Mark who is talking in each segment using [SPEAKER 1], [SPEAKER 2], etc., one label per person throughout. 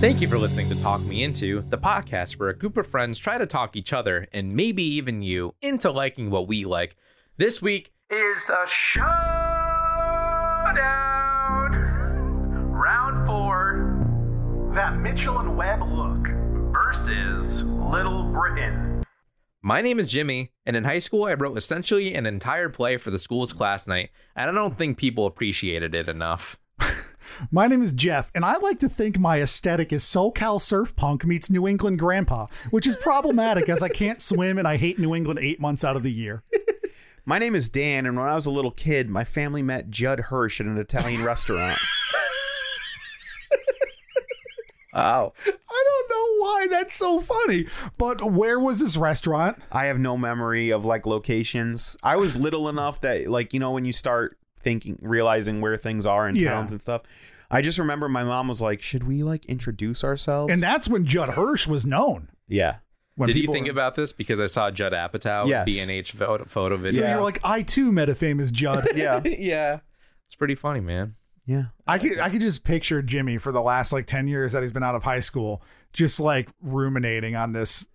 [SPEAKER 1] Thank you for listening to Talk Me Into, the podcast where a group of friends try to talk each other and maybe even you into liking what we like. This week,
[SPEAKER 2] is the showdown. Round four. That Mitchell and Webb look versus Little Britain.
[SPEAKER 1] my name is Jimmy, and in high school, I wrote essentially an entire play for the school's class night, and I don't think people appreciated it enough.
[SPEAKER 3] My name is Jeff, and I like to think my aesthetic is SoCal surf punk meets New England grandpa, which is problematic as I can't swim and I hate New England eight months out of the year.
[SPEAKER 4] My name is Dan, and when I was a little kid, my family met Judd Hirsch at an Italian restaurant. Oh,
[SPEAKER 3] I don't know why that's so funny, but where was this restaurant?
[SPEAKER 4] I have no memory of like locations. I was little enough that like you know when you start thinking, realizing where things are in
[SPEAKER 3] Yeah.
[SPEAKER 4] towns and stuff. I just remember my mom was like, "Should we like introduce ourselves?"
[SPEAKER 3] And that's when Judd Hirsch was known.
[SPEAKER 4] yeah,
[SPEAKER 3] When
[SPEAKER 1] Did you
[SPEAKER 3] people
[SPEAKER 1] think
[SPEAKER 3] were-
[SPEAKER 1] about this? Because I saw Judd Apatow
[SPEAKER 4] Yes.
[SPEAKER 1] B&H photo, photo
[SPEAKER 3] So
[SPEAKER 1] video.
[SPEAKER 4] Yeah.
[SPEAKER 3] you're like, I too met a famous Judd.
[SPEAKER 4] yeah,
[SPEAKER 1] yeah. It's pretty funny, man.
[SPEAKER 4] yeah.
[SPEAKER 3] I could I could just picture Jimmy for the last like ten years that he's been out of high school, just like ruminating on this,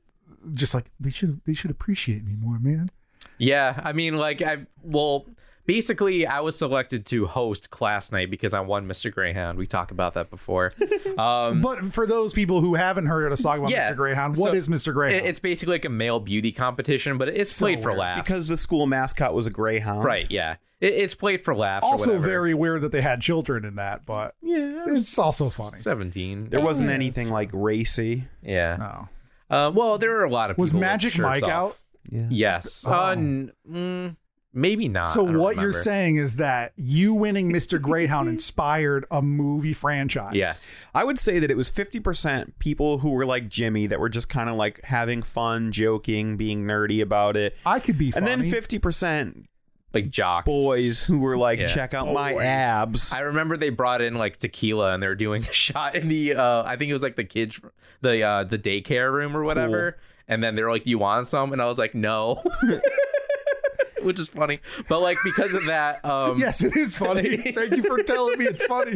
[SPEAKER 3] just like they should they should appreciate me more, man.
[SPEAKER 1] Yeah, I mean, like, I well, basically, I was selected to host class night because I won Mr. Greyhound. We talked about that before. Um,
[SPEAKER 3] But for those people who haven't heard us talk about
[SPEAKER 1] Yeah.
[SPEAKER 3] Mr. Greyhound,
[SPEAKER 1] So,
[SPEAKER 3] what is Mr. Greyhound?
[SPEAKER 1] it- it's basically like a male beauty competition, but it's
[SPEAKER 3] So
[SPEAKER 1] played for
[SPEAKER 3] weird.
[SPEAKER 1] laughs.
[SPEAKER 4] Because the school mascot was a greyhound.
[SPEAKER 1] right, yeah, it, it's played for laughs. or
[SPEAKER 3] also
[SPEAKER 1] whatever.
[SPEAKER 3] very weird that they had children in that, but
[SPEAKER 1] yeah, I was
[SPEAKER 3] it's also funny.
[SPEAKER 1] seventeen.
[SPEAKER 4] There wasn't anything like racy.
[SPEAKER 1] Yeah.
[SPEAKER 3] No.
[SPEAKER 1] Uh, well, there are a lot of
[SPEAKER 3] Was
[SPEAKER 1] people with
[SPEAKER 3] Magic
[SPEAKER 1] shirts
[SPEAKER 3] Mike
[SPEAKER 1] off.
[SPEAKER 3] out?
[SPEAKER 4] Yeah.
[SPEAKER 1] Yes.
[SPEAKER 3] Oh.
[SPEAKER 1] Uh, n- mm, maybe not.
[SPEAKER 3] So
[SPEAKER 1] I don't
[SPEAKER 3] what you're
[SPEAKER 1] remember.
[SPEAKER 3] saying is that you winning Mr. Greyhound inspired a movie franchise.
[SPEAKER 1] Yes.
[SPEAKER 4] I would say that it was 50% people who were like Jimmy that were just kind of like having fun, joking, being nerdy about it.
[SPEAKER 3] I could be
[SPEAKER 4] And
[SPEAKER 3] funny.
[SPEAKER 4] then 50%
[SPEAKER 1] Like jocks.
[SPEAKER 4] boys who were like,
[SPEAKER 1] Yeah.
[SPEAKER 4] check out my
[SPEAKER 3] Boys.
[SPEAKER 4] abs.
[SPEAKER 1] I remember they brought in like tequila and they were doing a shot in the uh I think it was like the kids the uh the daycare room or whatever. And then they were like, Do you want some? And I was like, No. Which is funny. But like because of that, um
[SPEAKER 3] Yes, it is funny. Thank you for telling me it's funny.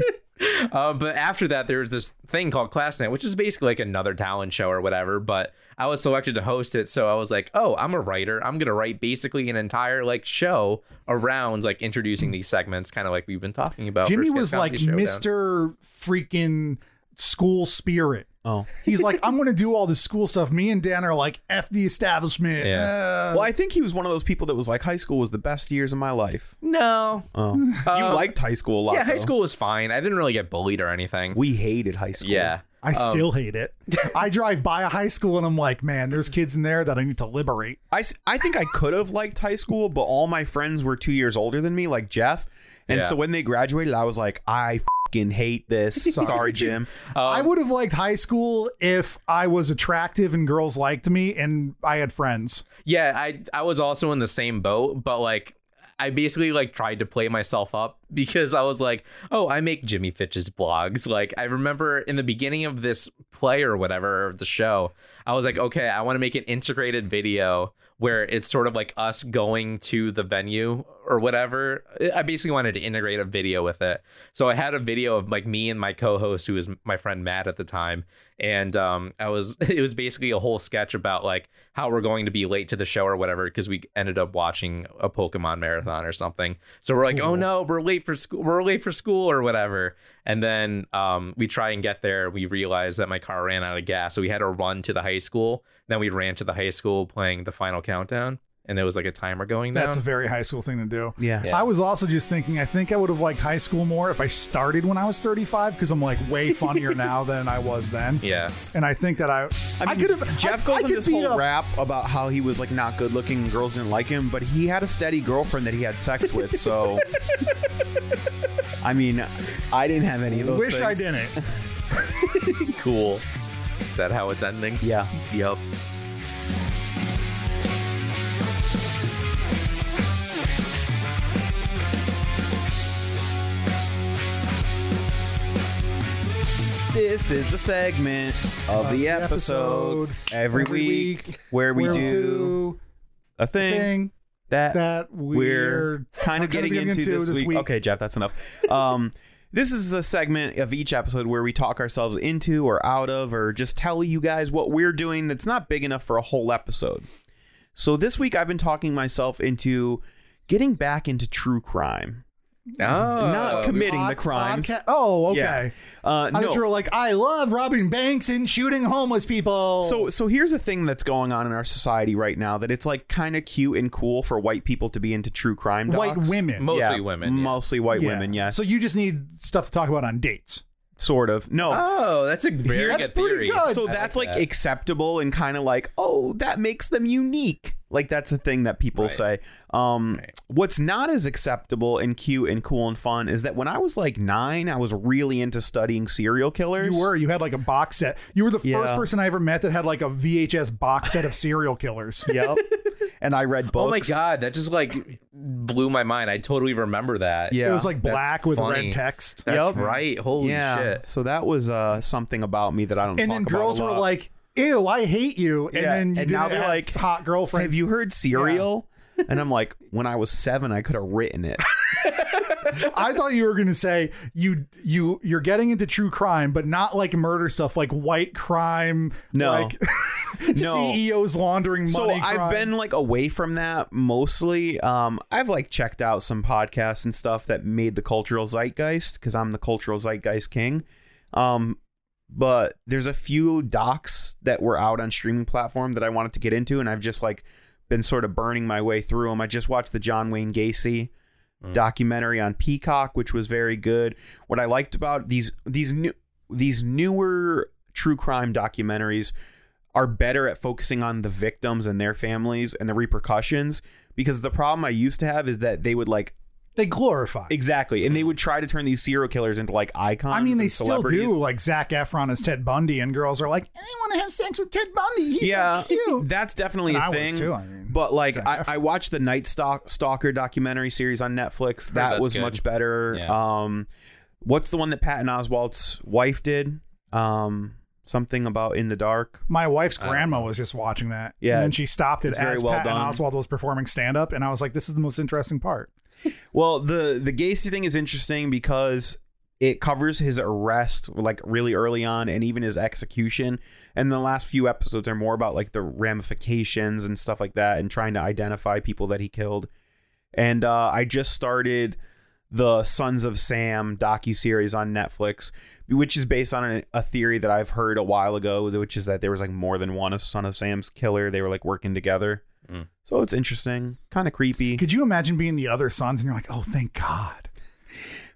[SPEAKER 1] um, but after that, there was this thing called Class Night, which is basically like another talent show or whatever. But I was selected to host it, so I was like, "Oh, I'm a writer. I'm gonna write basically an entire like show around like introducing these segments, kind of like we've been talking about." for
[SPEAKER 3] Jimmy
[SPEAKER 1] Sketch
[SPEAKER 3] was like
[SPEAKER 1] Comedy Showdown.
[SPEAKER 3] Mr. freaking school spirit.
[SPEAKER 4] oh.
[SPEAKER 3] He's like, I'm going to do all this school stuff. Me and Dan are like, F the establishment.
[SPEAKER 1] Yeah.
[SPEAKER 3] Uh,
[SPEAKER 4] Well, I think he was one of those people that was like, high school was the best years of my life.
[SPEAKER 1] No,
[SPEAKER 4] Oh.
[SPEAKER 1] Uh,
[SPEAKER 4] you liked high school a lot.
[SPEAKER 1] Um, yeah, high
[SPEAKER 4] though.
[SPEAKER 1] school was fine. I didn't really get bullied or anything.
[SPEAKER 4] We hated high school.
[SPEAKER 1] yeah,
[SPEAKER 3] I still hate it. I drive by a high school and I'm like, man, there's kids in there that I need to liberate.
[SPEAKER 4] I, s- I think I could have liked high school, but all my friends were two years older than me, like Jeff. And
[SPEAKER 1] Yeah.
[SPEAKER 4] so when they graduated, I was like, I fing hate this. Sorry, Jim.
[SPEAKER 1] Um,
[SPEAKER 3] I would have liked high school if I was attractive and girls liked me and I had friends.
[SPEAKER 1] yeah. I I was also in the same boat, but like. I basically like tried to play myself up because I was like, "Oh, I make Jimmy Fitch's blogs." Like I remember in the beginning of this play or whatever of the show, I was like, "Okay, I want to make an integrated video where it's sort of like us going to the venue or whatever." I basically wanted to integrate a video with it. So I had a video of like me and my co-host who was my friend Matt at the time, and um I was it was basically a whole sketch about like how we're going to be late to the show or whatever because we ended up watching a Pokemon marathon or something. So we're like, "Oh no, we're late for school. We're late for school or whatever." And then um we try and get there, we realize that my car ran out of gas, so we had to run to the high school. Then we ran to the high school playing the final countdown. and there was like a timer going down.
[SPEAKER 3] That's a very high school thing to do.
[SPEAKER 4] Yeah.
[SPEAKER 1] Yeah.
[SPEAKER 3] I was also just thinking, I think I would have liked high school more if I started when I was 35 because I'm like way funnier now than I was then.
[SPEAKER 1] yeah.
[SPEAKER 3] And I think that I, I,
[SPEAKER 4] I mean,
[SPEAKER 3] could have.
[SPEAKER 4] Jeff
[SPEAKER 3] I,
[SPEAKER 4] goes
[SPEAKER 3] I
[SPEAKER 4] on
[SPEAKER 3] could
[SPEAKER 4] this
[SPEAKER 3] beat
[SPEAKER 4] whole
[SPEAKER 3] up-
[SPEAKER 4] rap about how he was like not good looking and girls didn't like him, but he had a steady girlfriend that he had sex with. So, I mean, I didn't have any of those.
[SPEAKER 3] Wish I
[SPEAKER 4] things.
[SPEAKER 3] didn't.
[SPEAKER 1] Cool. Is that how it's ending?
[SPEAKER 4] Yeah.
[SPEAKER 1] Yep.
[SPEAKER 4] This is the segment of the episode, every,
[SPEAKER 3] every
[SPEAKER 4] week,
[SPEAKER 3] week
[SPEAKER 4] where we
[SPEAKER 3] where we
[SPEAKER 4] do,
[SPEAKER 3] do
[SPEAKER 4] a thing,
[SPEAKER 3] Thing
[SPEAKER 4] that,
[SPEAKER 3] that
[SPEAKER 4] we're
[SPEAKER 3] we're
[SPEAKER 4] kind of
[SPEAKER 3] kinda
[SPEAKER 4] getting into, this, week. Okay, Jeff, that's enough. Um, this is a segment of each episode where we talk ourselves into or out of or just tell you guys what we're doing that's not big enough for a whole episode. So this week I've been talking myself into getting back into true crime.
[SPEAKER 1] Oh,
[SPEAKER 4] Not committing the
[SPEAKER 3] Pod-
[SPEAKER 4] crimes.
[SPEAKER 3] podca- Uh, Oh, okay.
[SPEAKER 4] Yeah. Uh,
[SPEAKER 3] I
[SPEAKER 4] no.
[SPEAKER 3] thought you were like, I love robbing banks and shooting homeless people.
[SPEAKER 4] So so here's a thing that's going on in our society right now that it's like kind of cute and cool for white people to be into true crime
[SPEAKER 3] white
[SPEAKER 4] docs.
[SPEAKER 3] women.
[SPEAKER 1] Mostly
[SPEAKER 4] Yeah,
[SPEAKER 1] women. yeah.
[SPEAKER 4] Mostly white
[SPEAKER 3] Yeah.
[SPEAKER 4] women, yes.
[SPEAKER 3] So you just need stuff to talk about on dates.
[SPEAKER 4] sort of. No.
[SPEAKER 3] Ah.
[SPEAKER 1] Oh, that's a very
[SPEAKER 3] That's
[SPEAKER 1] good
[SPEAKER 3] pretty
[SPEAKER 1] theory.
[SPEAKER 3] good.
[SPEAKER 4] so
[SPEAKER 1] I
[SPEAKER 4] that's
[SPEAKER 1] like
[SPEAKER 4] like,
[SPEAKER 1] that.
[SPEAKER 4] acceptable and kind of like oh that makes them unique like that's a thing that people
[SPEAKER 1] Right.
[SPEAKER 4] say um
[SPEAKER 1] Right.
[SPEAKER 4] what's not as acceptable and cute and cool and fun is that when i was like nine i was really into studying serial killers
[SPEAKER 3] You were. You had like a box set. You were the
[SPEAKER 4] Yeah.
[SPEAKER 3] first person I ever met that had like a VHS box set of serial killers.
[SPEAKER 4] yep and i read books
[SPEAKER 1] Oh my god, that just like blew my mind. I totally remember that.
[SPEAKER 4] yeah
[SPEAKER 3] it was like
[SPEAKER 1] that's
[SPEAKER 3] black with
[SPEAKER 1] funny.
[SPEAKER 3] red text.
[SPEAKER 1] That's
[SPEAKER 4] Yup.
[SPEAKER 1] right. Holy
[SPEAKER 4] yeah
[SPEAKER 1] shit.
[SPEAKER 4] so that was uh something about me that i don't
[SPEAKER 3] And
[SPEAKER 4] talk
[SPEAKER 3] then
[SPEAKER 4] about
[SPEAKER 3] girls
[SPEAKER 4] a
[SPEAKER 3] were
[SPEAKER 4] lot.
[SPEAKER 3] like, "Ew, I hate you." And
[SPEAKER 4] Yeah.
[SPEAKER 3] then you
[SPEAKER 4] And now
[SPEAKER 3] didn't
[SPEAKER 4] they're
[SPEAKER 3] have
[SPEAKER 4] like,
[SPEAKER 3] "Hot girlfriend."
[SPEAKER 4] have you heard serial and i'm like when i was seven i could have written it
[SPEAKER 3] I thought you were gonna say you you you're getting into true crime, but not like murder stuff, like white crime,
[SPEAKER 4] No.
[SPEAKER 3] like
[SPEAKER 4] No.
[SPEAKER 3] CEOs laundering money.
[SPEAKER 4] so i've
[SPEAKER 3] crime.
[SPEAKER 4] been like away from that mostly um i've like checked out some podcasts and stuff that made the cultural zeitgeist because i'm the cultural zeitgeist king um but there's a few docs that were out on streaming platform that i wanted to get into and i've just like been sort of burning my way through them i just watched the john wayne gacy documentary on peacock which was very good what i liked about these these new these newer true crime documentaries are better at focusing on the victims and their families and the repercussions because the problem I used to have is that they would like
[SPEAKER 3] they glorify.
[SPEAKER 4] exactly and they would try to turn these serial killers into like icons.
[SPEAKER 3] I mean, they
[SPEAKER 4] and
[SPEAKER 3] still
[SPEAKER 4] celebrities.
[SPEAKER 3] do. Like Zach Efron is Ted Bundy, and girls are like, "I want to have sex with Ted Bundy. He's
[SPEAKER 4] yeah,
[SPEAKER 3] so cute."
[SPEAKER 4] that's definitely
[SPEAKER 3] And
[SPEAKER 4] a
[SPEAKER 3] I was
[SPEAKER 4] thing.
[SPEAKER 3] too, I mean,
[SPEAKER 4] but like,
[SPEAKER 3] Zac
[SPEAKER 4] I, I watched the Night Stalk- Stalker documentary series on Netflix. That
[SPEAKER 1] that's
[SPEAKER 4] was
[SPEAKER 1] good.
[SPEAKER 4] much better.
[SPEAKER 1] Yeah.
[SPEAKER 4] Um, what's the one that Patton Oswalt's wife did? Um, something about in the dark.
[SPEAKER 3] My wife's
[SPEAKER 1] don't
[SPEAKER 3] grandma was just watching that,
[SPEAKER 4] Yeah,
[SPEAKER 3] and then she stopped it
[SPEAKER 4] it's very
[SPEAKER 3] as
[SPEAKER 4] well
[SPEAKER 3] Pat
[SPEAKER 4] done.
[SPEAKER 3] and Oswald was performing stand up, and I was like, "This is the most interesting part."
[SPEAKER 4] Well, the the Gacy thing is interesting because it covers his arrest like really early on and even his execution. And the last few episodes are more about like the ramifications and stuff like that and trying to identify people that he killed. And uh, I just started the Sons of Sam docu series on Netflix, which is based on a, a theory that I've heard a while ago, which is that there was like more than one Son of Sam's killer. They were like working together. So it's interesting, kind of creepy.
[SPEAKER 3] Could you imagine being the other sons, and you're like, "Oh, thank God,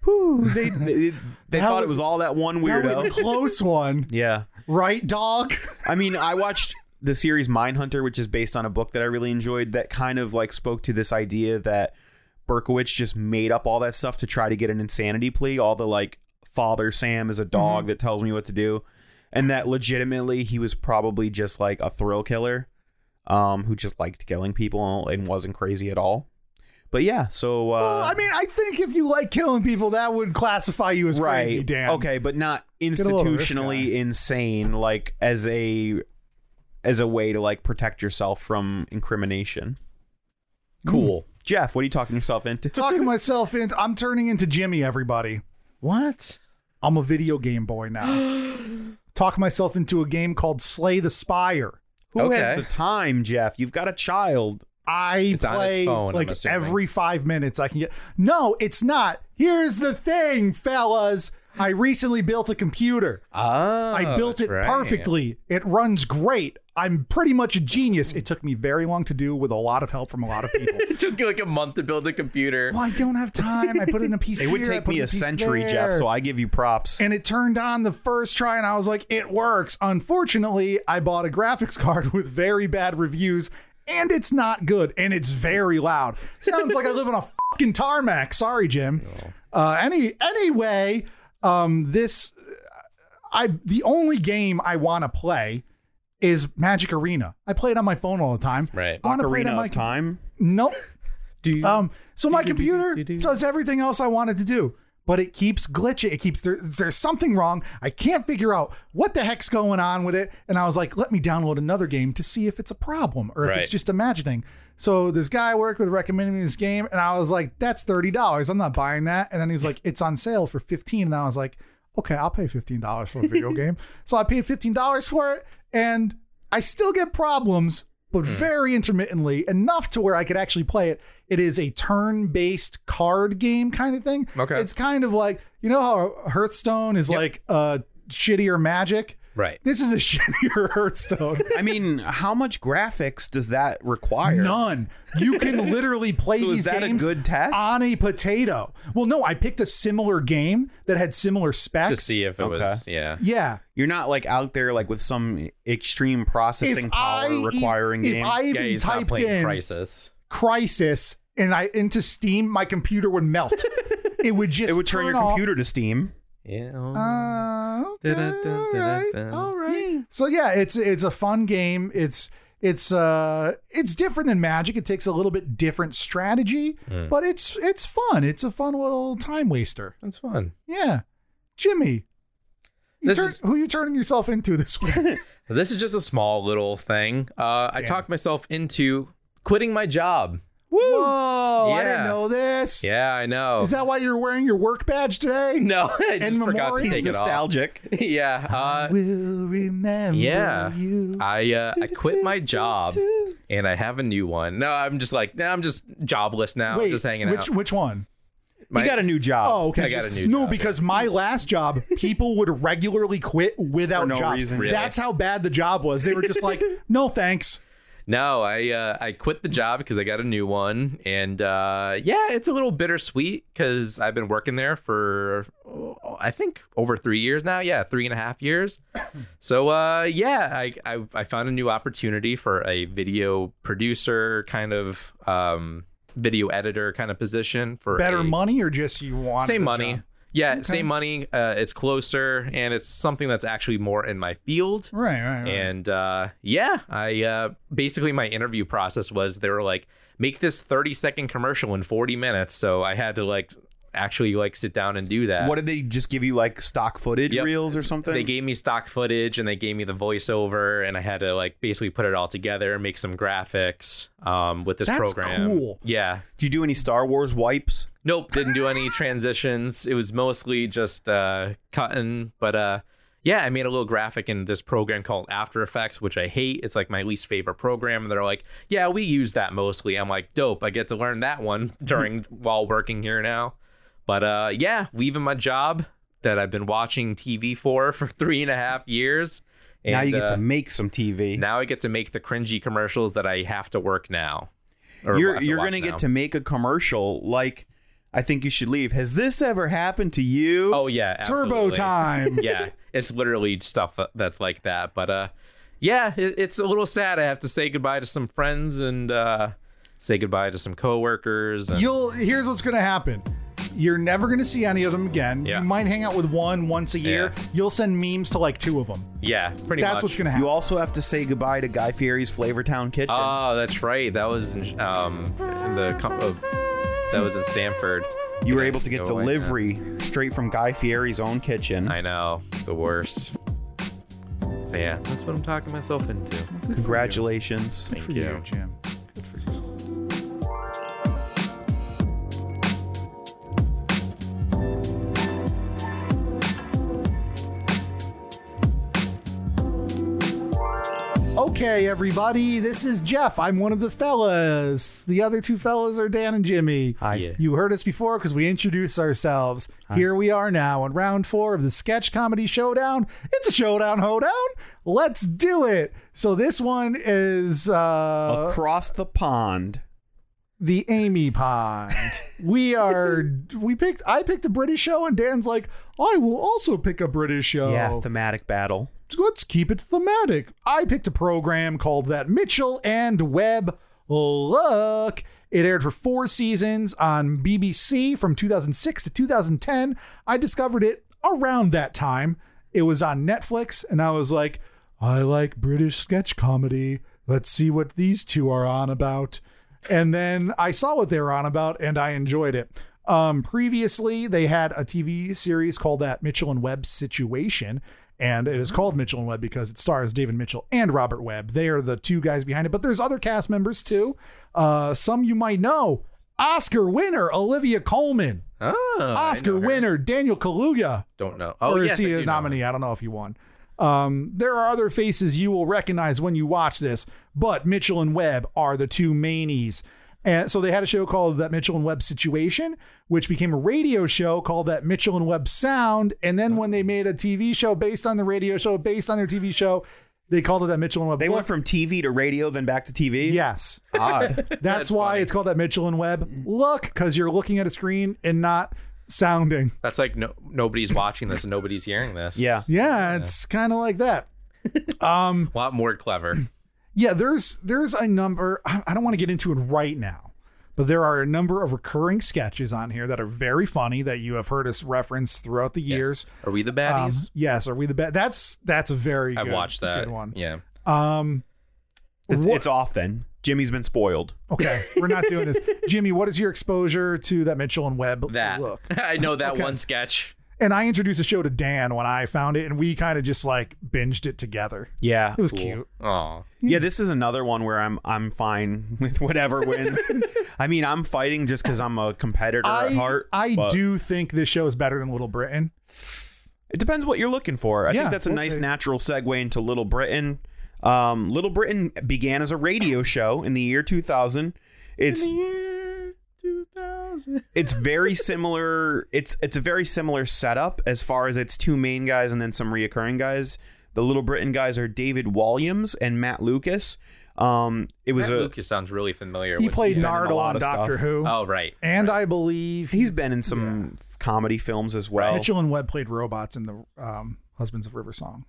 [SPEAKER 4] Whew, they they, they
[SPEAKER 3] That
[SPEAKER 4] thought
[SPEAKER 3] was-
[SPEAKER 4] it was all that one
[SPEAKER 3] that was a
[SPEAKER 4] weirdo.
[SPEAKER 3] close one,
[SPEAKER 4] yeah.
[SPEAKER 3] right, dog?"
[SPEAKER 4] I mean, I watched the series Mindhunter, which is based on a book that I really enjoyed that kind of like spoke to this idea that Berkowitz just made up all that stuff to try to get an insanity plea, all the like father Sam is a dog
[SPEAKER 3] Mm-hmm.
[SPEAKER 4] that tells me what to do. And that legitimately he was probably just like a thrill killer um, who just liked killing people and wasn't crazy at all. But yeah, so uh,
[SPEAKER 3] well, I mean, I think if you like killing people, that would classify you as
[SPEAKER 4] right
[SPEAKER 3] crazy, Dan.
[SPEAKER 4] okay but not
[SPEAKER 3] a load of this
[SPEAKER 4] institutionally insane like as a as a way to like protect yourself from incrimination
[SPEAKER 3] Mm.
[SPEAKER 1] Cool.
[SPEAKER 4] jeff what are you talking yourself into
[SPEAKER 3] Talking myself into, I'm turning into Jimmy. Everybody,
[SPEAKER 1] What?
[SPEAKER 3] I'm a video game boy now. Talk myself into a game called Slay the Spire.
[SPEAKER 4] who has
[SPEAKER 1] Okay.
[SPEAKER 4] the time jeff you've got a child
[SPEAKER 3] I
[SPEAKER 1] on his
[SPEAKER 3] play
[SPEAKER 1] phone, I'm
[SPEAKER 3] like
[SPEAKER 1] assuming.
[SPEAKER 3] every five minutes. I can get. No, it's not. Here's the thing, fellas. I recently built a computer.
[SPEAKER 1] Oh,
[SPEAKER 3] I built
[SPEAKER 1] that's
[SPEAKER 3] it
[SPEAKER 1] right.
[SPEAKER 3] perfectly. It runs great. I'm pretty much a genius. It took me very long to do with a lot of help from a lot of people.
[SPEAKER 1] It took you like a month to build a computer.
[SPEAKER 3] well, Oh, I don't have time. I put in a piece.
[SPEAKER 4] It would
[SPEAKER 3] here, I
[SPEAKER 4] take
[SPEAKER 3] put
[SPEAKER 4] me
[SPEAKER 3] in
[SPEAKER 4] a
[SPEAKER 3] piece
[SPEAKER 4] century, Jeff,
[SPEAKER 3] there.
[SPEAKER 4] so I give you props.
[SPEAKER 3] and it turned on the first try and I was like it works. Unfortunately, I bought a graphics card with very bad reviews and it's not good and it's very loud. Sounds like I live on a fucking tarmac. Sorry, Jim.
[SPEAKER 4] Oh.
[SPEAKER 3] Uh any anyway, um this I the only game I want to play is Magic Arena. I play it on my phone all the time.
[SPEAKER 1] Right.
[SPEAKER 3] I want to play it
[SPEAKER 4] Ocarina
[SPEAKER 3] on my
[SPEAKER 4] of Time.
[SPEAKER 3] Nope.
[SPEAKER 1] Do-
[SPEAKER 3] Um, so my
[SPEAKER 1] do, do,
[SPEAKER 3] computer
[SPEAKER 1] do, do.
[SPEAKER 3] does everything else I wanted to do, but it keeps glitching. It keeps there, there's something wrong. I can't figure out what the heck's going on with it. And I was like, let me download another game to see if it's a problem or if
[SPEAKER 1] Right.
[SPEAKER 3] it's just a magic thing. So this guy I worked with recommended me this game, and I was like, that's thirty dollars. I'm not buying that. And then he's like, it's on sale for fifteen. And I was like, okay, I'll pay fifteen dollars for a video game. So I paid fifteen dollars for it, and I still get problems,
[SPEAKER 1] Hmm.
[SPEAKER 3] but very intermittently, enough to where I could actually play it. It is a turn-based card game kind of thing.
[SPEAKER 1] Okay.
[SPEAKER 3] It's kind of like you know how Hearthstone is like uh shittier magic.
[SPEAKER 1] Right.
[SPEAKER 3] This is a shittier Hearthstone.
[SPEAKER 4] I mean, how much graphics does that require?
[SPEAKER 3] None. You can literally play
[SPEAKER 4] So is
[SPEAKER 3] these
[SPEAKER 4] that a
[SPEAKER 3] games
[SPEAKER 4] good test?
[SPEAKER 3] on a potato. Well, no, I picked a similar game that had similar specs.
[SPEAKER 1] to see if it was yeah.
[SPEAKER 3] yeah.
[SPEAKER 4] You're not like out there like with some extreme processing
[SPEAKER 3] If
[SPEAKER 4] power
[SPEAKER 3] I, e-
[SPEAKER 4] requiring
[SPEAKER 3] if
[SPEAKER 4] game.
[SPEAKER 3] I
[SPEAKER 1] Yeah,
[SPEAKER 3] even
[SPEAKER 1] he's not
[SPEAKER 3] typed
[SPEAKER 1] playing
[SPEAKER 3] in
[SPEAKER 1] Crisis.
[SPEAKER 3] crisis and I into Steam, my computer would melt. it would just
[SPEAKER 4] it would turn, your
[SPEAKER 3] off.
[SPEAKER 4] computer to Steam.
[SPEAKER 1] Yeah.
[SPEAKER 3] Uh, okay, all right,
[SPEAKER 1] Da-da-dun-dun-dun.
[SPEAKER 3] all right. So yeah, it's it's a fun game. It's it's uh it's different than Magic. It takes a little bit different strategy,
[SPEAKER 1] Hmm.
[SPEAKER 3] but it's it's fun. It's a fun little time waster.
[SPEAKER 1] That's fun.
[SPEAKER 3] Yeah, Jimmy. You
[SPEAKER 1] This
[SPEAKER 3] turn-
[SPEAKER 1] is-
[SPEAKER 3] who you turning yourself into this week?
[SPEAKER 1] This is just a small little thing. Uh, I talked myself into quitting my job.
[SPEAKER 3] Whoa! I didn't
[SPEAKER 1] Yeah.
[SPEAKER 3] know this.
[SPEAKER 1] Yeah, I know.
[SPEAKER 3] Is that why you're wearing your work badge today?
[SPEAKER 1] no, I just forgot to
[SPEAKER 3] memoriam?
[SPEAKER 1] take it off.
[SPEAKER 4] Nostalgic.
[SPEAKER 1] Yeah. Uh,
[SPEAKER 3] We'll remember
[SPEAKER 1] yeah.
[SPEAKER 3] you.
[SPEAKER 1] I uh, I quit my job and I have a new one. No, I'm just like, nah, I'm just jobless now.
[SPEAKER 3] Wait,
[SPEAKER 1] just hanging
[SPEAKER 3] which
[SPEAKER 1] out.
[SPEAKER 3] which one?
[SPEAKER 4] You got a new job.
[SPEAKER 3] Oh, okay.
[SPEAKER 1] I got a new
[SPEAKER 3] no,
[SPEAKER 1] job,
[SPEAKER 3] because my last job, people would regularly quit without
[SPEAKER 4] For no
[SPEAKER 3] jobs.
[SPEAKER 4] reason.
[SPEAKER 1] Really?
[SPEAKER 3] That's how bad the job was. They were just like, "No, thanks."
[SPEAKER 1] No, I uh, I quit the job because I got a new one, and uh, yeah, it's a little bittersweet because I've been working there for oh, I think over three years now. Yeah, three and a half years. So uh, yeah, I, I I found a new opportunity for a video producer kind of um, video editor kind of position for
[SPEAKER 3] Better
[SPEAKER 1] a-
[SPEAKER 3] money or just you want
[SPEAKER 1] same
[SPEAKER 3] the
[SPEAKER 1] money.
[SPEAKER 3] job?
[SPEAKER 1] Yeah, same money. Uh, it's closer, and it's something that's actually more in my field.
[SPEAKER 3] Right, right, right.
[SPEAKER 1] And uh, yeah, I uh, basically my interview process was they were like, make this 30 second commercial in 40 minutes. So I had to like actually like sit down and do that.
[SPEAKER 4] What did they just give you like stock footage
[SPEAKER 1] Uh, Yep.
[SPEAKER 4] reels or something?
[SPEAKER 1] they gave me stock footage and they gave me the voiceover, and I had to like basically put it all together and make some graphics um, with this
[SPEAKER 3] That's
[SPEAKER 1] program.
[SPEAKER 3] cool.
[SPEAKER 1] Yeah.
[SPEAKER 4] Did you do any Star Wars wipes?
[SPEAKER 1] Nope, didn't do any transitions. It was mostly just uh, cutting, but uh, yeah, I made a little graphic in this program called After Effects, which I hate. It's like my least favorite program. And they're like, "Yeah, we use that mostly." I'm like, "Dope! I get to learn that one during while working here now." But uh, yeah, leaving my job that I've been watching TV for for three and a half years. And,
[SPEAKER 4] now you get
[SPEAKER 1] uh,
[SPEAKER 4] to make some TV.
[SPEAKER 1] now I get to make the cringy commercials that I have to work now. or
[SPEAKER 4] you're
[SPEAKER 1] have to
[SPEAKER 4] you're
[SPEAKER 1] watch
[SPEAKER 4] gonna
[SPEAKER 1] now.
[SPEAKER 4] get to make a commercial like I think you should leave. Has this ever happened to you?
[SPEAKER 1] Oh yeah,
[SPEAKER 3] Turbo
[SPEAKER 1] absolutely.
[SPEAKER 3] time.
[SPEAKER 1] yeah, it's literally stuff tha- that's like that. But uh, yeah, it, it's a little sad. I have to say goodbye to some friends and uh, say goodbye to some coworkers. And,
[SPEAKER 3] You'll here's what's gonna happen. You're never gonna see any of them again.
[SPEAKER 1] Yeah.
[SPEAKER 3] You might hang out with one once a year.
[SPEAKER 1] Yeah.
[SPEAKER 3] You'll send memes to like two of them.
[SPEAKER 1] yeah, pretty
[SPEAKER 3] That's
[SPEAKER 1] much.
[SPEAKER 3] what's gonna happen.
[SPEAKER 4] You also have to say goodbye to Guy Fieri's Flavortown Kitchen.
[SPEAKER 1] Oh, that's right. That was in, um in the com- oh, that was in Stanford.
[SPEAKER 4] you were
[SPEAKER 1] Yeah,
[SPEAKER 4] able to get
[SPEAKER 1] go away now.
[SPEAKER 4] delivery straight from Guy Fieri's own kitchen.
[SPEAKER 1] I know the worst. So yeah, that's what I'm talking myself into.
[SPEAKER 4] Congratulations.
[SPEAKER 3] Good for
[SPEAKER 1] Thank
[SPEAKER 3] you,
[SPEAKER 1] you.
[SPEAKER 3] Jim. Good for you. Okay, everybody, this is Jeff. I'm one of the fellas. The other two fellas are Dan and Jimmy.
[SPEAKER 4] Hi.
[SPEAKER 1] Yeah.
[SPEAKER 3] You heard us before because we introduced ourselves. Here we are now on round four of the sketch comedy showdown. It's a showdown hoedown. Let's do it. So this one is uh,
[SPEAKER 4] Across the pond.
[SPEAKER 3] the Amy Pond. we are we picked. I picked a British show, and Dan's like, I will also pick a British show
[SPEAKER 4] Yeah, thematic battle.
[SPEAKER 3] let's keep it thematic. I picked a program called that Mitchell and Webb Look. It aired for four seasons on BBC from 2006 to 2010. I discovered it around that time. It was on Netflix, and I was like, I like British sketch comedy. Let's see what these two are on about. And then I saw what they were on about, and I enjoyed it. Um, previously, they had a TV series called that Mitchell and Webb Situation, and it is called Mitchell and Webb because it stars David Mitchell and Robert Webb. They are the two guys behind it, but there's other cast members too. Uh, some you might know: Oscar winner Olivia Coleman,
[SPEAKER 1] Oh, I know
[SPEAKER 3] Oscar
[SPEAKER 1] her.
[SPEAKER 3] winner Daniel Kaluuya.
[SPEAKER 1] Don't know. Oh,
[SPEAKER 3] or
[SPEAKER 1] yes,
[SPEAKER 3] is he
[SPEAKER 1] I
[SPEAKER 3] a
[SPEAKER 1] do know her.
[SPEAKER 3] nominee? I don't know if he won. Um, there are other faces you will recognize when you watch this, but Mitchell and Webb are the two mainies. And so they had a show called That Mitchell and Webb Situation, which became a radio show called That Mitchell and Webb Sound. And then when they made a TV show based on the radio show, based on their TV show, they called it That Mitchell and Webb.
[SPEAKER 4] They
[SPEAKER 3] Look.
[SPEAKER 4] went from TV to radio, then back to TV.
[SPEAKER 3] yes.
[SPEAKER 4] Odd.
[SPEAKER 3] That's, why it's called That Mitchell and Webb Look, because you're looking at a screen and not sounding.
[SPEAKER 1] That's like no, nobody's watching this and nobody's hearing this.
[SPEAKER 4] yeah.
[SPEAKER 3] Yeah, it's kind of like that. Um,
[SPEAKER 1] A lot more clever.
[SPEAKER 3] yeah there's there's a number i I don't want to get into it right now but there are a number of recurring sketches on here that are very funny that you have heard us reference throughout the years
[SPEAKER 1] Yes. Are we the
[SPEAKER 3] Um,
[SPEAKER 1] baddies?
[SPEAKER 3] yes are we the best that's that's a very
[SPEAKER 1] I've
[SPEAKER 3] good,
[SPEAKER 1] watched that.
[SPEAKER 3] good one
[SPEAKER 1] Yeah.
[SPEAKER 3] um
[SPEAKER 4] It's,
[SPEAKER 3] What-
[SPEAKER 4] it's off then. Jimmy's been spoiled.
[SPEAKER 3] okay we're not doing this jimmy what is your exposure to that mitchell and webb
[SPEAKER 1] That.
[SPEAKER 3] look
[SPEAKER 1] I know that
[SPEAKER 3] Okay.
[SPEAKER 1] one sketch.
[SPEAKER 3] and i introduced the show to dan when i found it and we kind of just like binged it together
[SPEAKER 4] Yeah.
[SPEAKER 3] it was cute
[SPEAKER 1] Oh.
[SPEAKER 4] Yeah, this is another one where I'm I'm fine with whatever wins. I mean, I'm fighting just because I'm a competitor at
[SPEAKER 3] I,
[SPEAKER 4] heart.
[SPEAKER 3] I
[SPEAKER 4] but
[SPEAKER 3] do think this show is better than little britain
[SPEAKER 4] It depends what you're looking for. I
[SPEAKER 3] Yeah,
[SPEAKER 4] think that's a
[SPEAKER 3] we'll
[SPEAKER 4] nice
[SPEAKER 3] see.
[SPEAKER 4] natural segue into Little Britain. Um, Little Britain began as a radio show in the year 2000. It's it's very similar. It's it's a very similar setup as far as its two main guys and then some reoccurring guys. The Little Britain guys are David Williams and Matt Lucas. Um, it was
[SPEAKER 1] Matt
[SPEAKER 4] a
[SPEAKER 1] Lucas sounds really familiar.
[SPEAKER 3] he
[SPEAKER 1] with-
[SPEAKER 3] played
[SPEAKER 4] been in a
[SPEAKER 3] Nardle
[SPEAKER 4] lot
[SPEAKER 3] on
[SPEAKER 4] of
[SPEAKER 3] Doctor
[SPEAKER 4] stuff.
[SPEAKER 3] Who.
[SPEAKER 1] Oh, right.
[SPEAKER 3] and I believe
[SPEAKER 4] he's been in some f- comedy films as well.
[SPEAKER 3] Mitchell and Webb played robots in the um, Husbands of River song.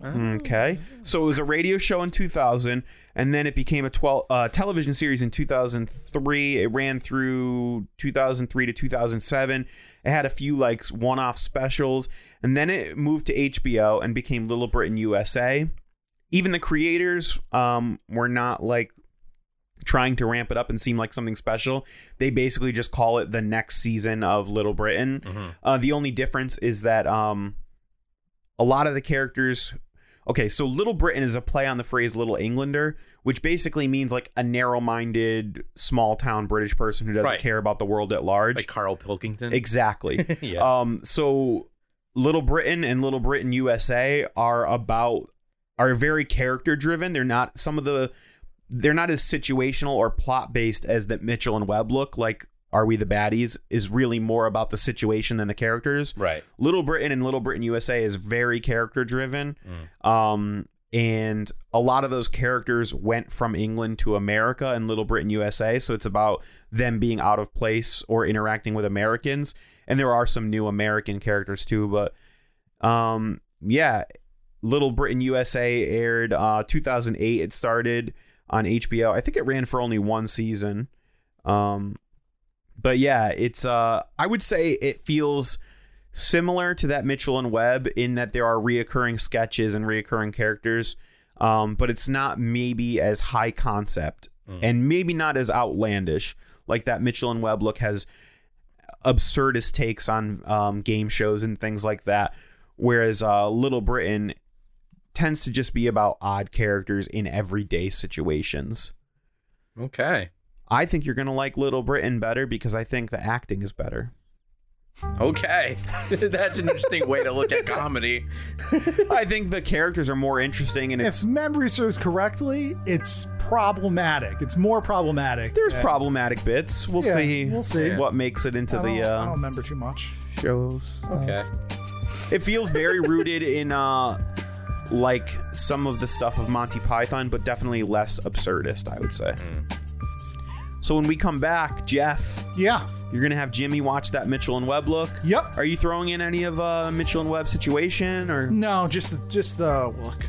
[SPEAKER 4] Mm, Okay. So it was a radio show in 2000, and then it became a 12 uh, television series in 2003. It ran through 2003 to 2007. It had a few like one-off specials, and then it moved to HBO and became Little Britain USA. Even the creators um, were not like trying to ramp it up and seem like something special. They basically just call it the next season of Little Britain.
[SPEAKER 1] Mm-hmm.
[SPEAKER 4] Uh, the only difference is that um, a lot of the characters. Okay, so Little Britain is a play on the phrase Little Englander, which basically means like a narrow minded, small town British person who doesn't
[SPEAKER 1] Right.
[SPEAKER 4] care about the world at large.
[SPEAKER 1] Like Carl Pilkington.
[SPEAKER 4] Exactly.
[SPEAKER 1] Yeah.
[SPEAKER 4] Um so Little Britain and Little Britain USA are about are very character driven. They're not some of the they're not as situational or plot based as that Mitchell and Webb look like are we the baddies is really more about the situation than the characters.
[SPEAKER 1] right.
[SPEAKER 4] Little Britain and Little Britain USA is very character driven. Um, and a lot of those characters went from England to America and Little Britain USA. So it's about them being out of place or interacting with Americans. And there are some new American characters too. But um, yeah, Little Britain USA aired uh, 2008. It started on HBO. I think it ran for only one season. Um, but yeah, it's uh, I would say it feels similar to that Mitchell and Webb in that there are reoccurring sketches and reoccurring characters, um, but it's not maybe as high concept and maybe not as outlandish like that Mitchell and Webb look has absurdist takes on um, game shows and things like that. Whereas uh, Little Britain tends to just be about odd characters in everyday situations.
[SPEAKER 1] Okay.
[SPEAKER 4] I think you're going to like Little Britain better because I think the acting is better.
[SPEAKER 1] Okay, that's an interesting way to look at comedy.
[SPEAKER 4] I think the characters are more interesting, and it's
[SPEAKER 3] If memory serves correctly, it's problematic. It's more problematic.
[SPEAKER 4] there's problematic bits. We'll
[SPEAKER 3] Yeah,
[SPEAKER 4] see.
[SPEAKER 3] we'll see.
[SPEAKER 4] what makes it into
[SPEAKER 3] I don't,
[SPEAKER 4] the
[SPEAKER 3] I don't Oh.
[SPEAKER 4] uh,
[SPEAKER 3] remember too much.
[SPEAKER 4] shows.
[SPEAKER 3] Uh,
[SPEAKER 1] Okay,
[SPEAKER 4] It feels very rooted in uh, like some of the stuff of Monty Python, but definitely less absurdist. I would say. So when we come back, Jeff,
[SPEAKER 3] Yeah.
[SPEAKER 4] you're gonna have Jimmy watch that Mitchell and Webb look.
[SPEAKER 3] Yep.
[SPEAKER 4] Are you throwing in any of uh, Mitchell and Webb situation, or
[SPEAKER 3] No, just the, just the look.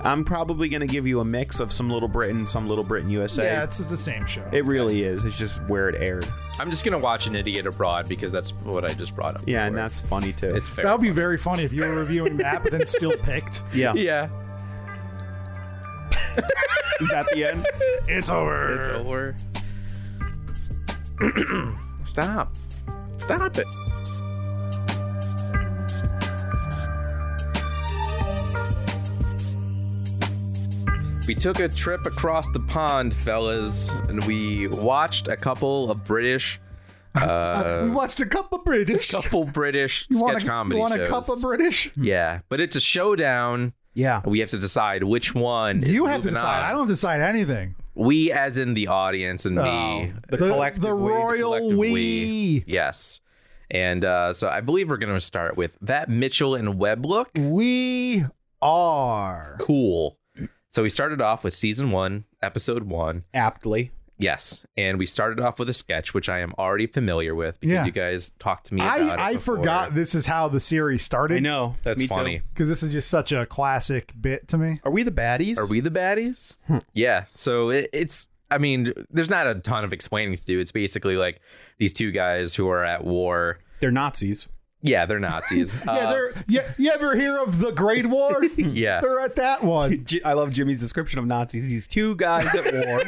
[SPEAKER 4] I'm probably gonna give you a mix of some Little Britain, some Little Britain USA.
[SPEAKER 3] Yeah, it's, it's the same show.
[SPEAKER 4] it really is. It's just where it aired.
[SPEAKER 1] I'm just gonna watch an idiot abroad because that's what I just brought up.
[SPEAKER 4] Yeah, and
[SPEAKER 1] before.
[SPEAKER 4] that's funny too.
[SPEAKER 1] it's fair.
[SPEAKER 3] that would be very funny if you were reviewing that, but then still picked.
[SPEAKER 4] yeah.
[SPEAKER 1] yeah,
[SPEAKER 4] Is that the end?
[SPEAKER 3] It's over.
[SPEAKER 1] it's over. Stop! Stop it! We took a trip across the pond, fellas, and we watched a couple of British,
[SPEAKER 3] Uh, we watched a cup of British.
[SPEAKER 1] couple British
[SPEAKER 3] you want
[SPEAKER 1] sketch
[SPEAKER 3] a,
[SPEAKER 1] comedy
[SPEAKER 3] You want
[SPEAKER 1] shows.
[SPEAKER 3] a cup of British?
[SPEAKER 1] yeah, but it's a showdown.
[SPEAKER 4] Yeah.
[SPEAKER 1] We have to decide which one.
[SPEAKER 3] You
[SPEAKER 1] is
[SPEAKER 3] have to
[SPEAKER 1] moving
[SPEAKER 3] decide.
[SPEAKER 1] on.
[SPEAKER 3] I don't have to decide anything.
[SPEAKER 1] We, as in the audience, and me.
[SPEAKER 4] The
[SPEAKER 3] the,
[SPEAKER 4] collective
[SPEAKER 3] the
[SPEAKER 4] we, the
[SPEAKER 3] royal
[SPEAKER 1] collective
[SPEAKER 3] we.
[SPEAKER 1] we. Yes. And uh, so I believe we're going to start with that Mitchell and Webb look.
[SPEAKER 3] We are.
[SPEAKER 1] Cool. So we started off with season one, episode one.
[SPEAKER 4] Aptly.
[SPEAKER 1] Yes. And we started off with a sketch, which I am already familiar with because
[SPEAKER 3] Yeah.
[SPEAKER 1] you guys talked to me about it.
[SPEAKER 3] I, I
[SPEAKER 1] before.
[SPEAKER 3] forgot this is how the series started.
[SPEAKER 4] I know.
[SPEAKER 1] That's
[SPEAKER 4] Me too.
[SPEAKER 1] funny.
[SPEAKER 3] Because this is just such a classic bit to me.
[SPEAKER 4] Are we the baddies?
[SPEAKER 1] Are we the baddies?
[SPEAKER 3] Hmm.
[SPEAKER 1] yeah. So it, it's, I mean, there's not a ton of explaining to do. It's basically like these two guys who are at war.
[SPEAKER 4] They're Nazis.
[SPEAKER 1] Yeah, they're Nazis.
[SPEAKER 3] Yeah,
[SPEAKER 1] Uh,
[SPEAKER 3] they're, you, you ever hear of the Great War?
[SPEAKER 1] yeah.
[SPEAKER 3] They're at that one.
[SPEAKER 4] J- I love Jimmy's description of Nazis. These two guys at war.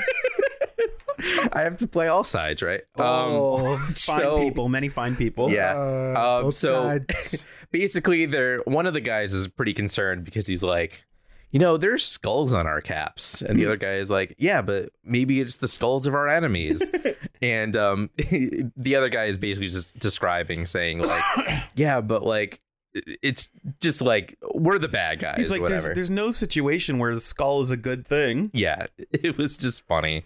[SPEAKER 1] I have to play all sides, right? Um,
[SPEAKER 4] oh, fine
[SPEAKER 1] so-
[SPEAKER 4] people. Many fine people.
[SPEAKER 1] Yeah.
[SPEAKER 3] Uh,
[SPEAKER 1] um,
[SPEAKER 3] both
[SPEAKER 1] so
[SPEAKER 3] sides.
[SPEAKER 1] basically, they're one of the guys is pretty concerned because he's like, you know, there's skulls on our caps, and the other guy is like, yeah, but maybe it's the skulls of our enemies. and um, the other guy is basically just describing, saying like, yeah, but like, it's just like we're the bad guys.
[SPEAKER 4] He's like, there's,
[SPEAKER 1] whatever.
[SPEAKER 4] there's no situation where the skull is a good thing.
[SPEAKER 1] yeah, it was just funny.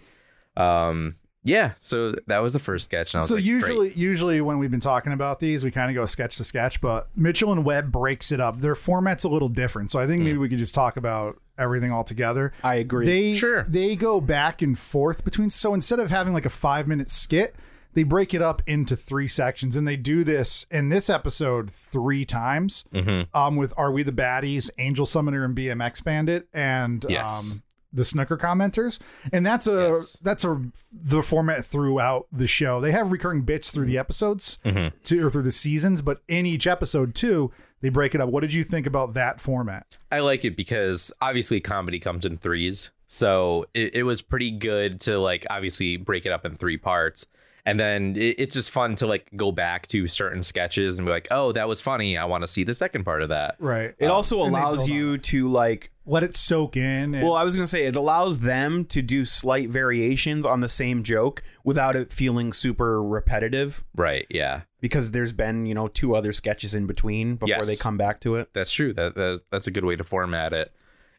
[SPEAKER 1] Um, yeah, so that was the first sketch. And I was
[SPEAKER 3] So
[SPEAKER 1] like, great.
[SPEAKER 3] usually, usually when we've been talking about these, we kind of go sketch to sketch. But Mitchell and Webb breaks it up. Their format's a little different, so I
[SPEAKER 1] Mm.
[SPEAKER 3] think maybe we could just talk about everything all together.
[SPEAKER 4] I agree.
[SPEAKER 3] They
[SPEAKER 1] Sure.
[SPEAKER 3] they go back and forth between. So instead of having like a five minute skit, they break it up into three sections, and they do this in this episode three times.
[SPEAKER 1] Mm-hmm.
[SPEAKER 3] Um, with Are We the Baddies, Angel Summoner, and BMX Bandit, and
[SPEAKER 1] Yes.
[SPEAKER 3] um, the Snooker commenters, and that's a
[SPEAKER 1] Yes.
[SPEAKER 3] that's a the format throughout the show. They have recurring bits through the episodes to or through the seasons, but in each episode too, they break it up. What did you think about that format?
[SPEAKER 1] I like it because obviously comedy comes in threes. So it, it was pretty good to like obviously break it up in three parts. And then it, it's just fun to like go back to certain sketches and be like, oh, that was funny. I want to see the second part of that.
[SPEAKER 3] Right.
[SPEAKER 4] It also
[SPEAKER 3] and they
[SPEAKER 4] allows
[SPEAKER 3] build on
[SPEAKER 4] you to like.
[SPEAKER 3] Let it soak in. and-
[SPEAKER 4] Well, I was gonna say it allows them to do slight variations on the same joke without it feeling super repetitive
[SPEAKER 1] Right. Yeah.
[SPEAKER 4] because there's been you know two other sketches in between before
[SPEAKER 1] Yes.
[SPEAKER 4] they come back to it.
[SPEAKER 1] That's true. That, that that's a good way to format it.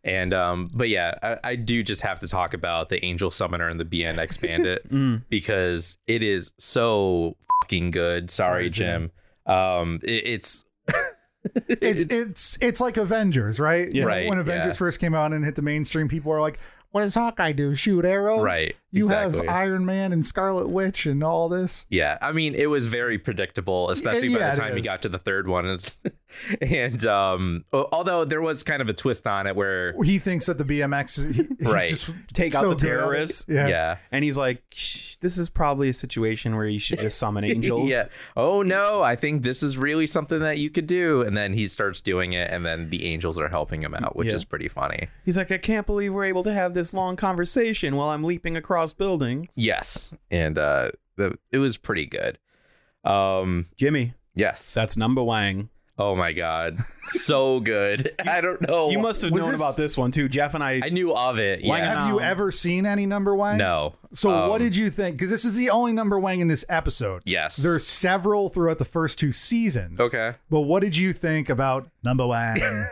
[SPEAKER 1] And um, but yeah, I, I do just have to talk about the Angel Summoner and the BNX Bandit because it is so fucking good. Sorry, Jim. Um, it, it's
[SPEAKER 3] it's it's it's like Avengers, right?
[SPEAKER 1] Yeah.
[SPEAKER 3] When-
[SPEAKER 1] Right,
[SPEAKER 3] When Avengers
[SPEAKER 1] yeah.
[SPEAKER 3] first came out and hit the mainstream, people were like, "What does Hawkeye do? Shoot arrows?"
[SPEAKER 1] Right,
[SPEAKER 3] You
[SPEAKER 1] exactly.
[SPEAKER 3] have Iron Man and Scarlet Witch and all this.
[SPEAKER 1] Yeah, I mean, it was very predictable, especially
[SPEAKER 3] yeah,
[SPEAKER 1] by
[SPEAKER 3] it
[SPEAKER 1] the time we
[SPEAKER 3] is.
[SPEAKER 1] got to the third one. It's, and um, al- although there was kind of a twist on it where,
[SPEAKER 3] He thinks that the BMX is he- he's
[SPEAKER 1] Right.
[SPEAKER 3] just
[SPEAKER 4] Take out
[SPEAKER 3] so
[SPEAKER 4] the
[SPEAKER 3] good at it.
[SPEAKER 4] terrorists.
[SPEAKER 3] Yeah.
[SPEAKER 1] yeah,
[SPEAKER 4] And he's like, "Shh, "This is probably a situation where you should just summon angels."
[SPEAKER 1] yeah, oh no, I think this is really something that you could do. And then he starts doing it, and then the angels are helping him out, which
[SPEAKER 4] Yeah.
[SPEAKER 1] is pretty funny.
[SPEAKER 4] He's like, "I can't believe we're able to have this long conversation while I'm leaping across buildings."
[SPEAKER 1] Yes, and uh, the, it was pretty good. Um,
[SPEAKER 4] Jimmy,
[SPEAKER 1] yes.
[SPEAKER 4] that's number Wang.
[SPEAKER 1] Oh my god, so good. I don't know.
[SPEAKER 4] You must have
[SPEAKER 3] Oh, Was
[SPEAKER 4] known
[SPEAKER 3] this-
[SPEAKER 4] about this one too. Jeff and I,
[SPEAKER 1] I knew of it.
[SPEAKER 4] Wang
[SPEAKER 1] Yeah.
[SPEAKER 3] Have you ever seen any number Wang?
[SPEAKER 1] No.
[SPEAKER 3] So
[SPEAKER 1] Um,
[SPEAKER 3] what did you think? Because this is the only number Wang in this episode.
[SPEAKER 1] Yes.
[SPEAKER 3] There are several throughout the first two seasons.
[SPEAKER 1] Okay.
[SPEAKER 3] But what did you think about number Wang?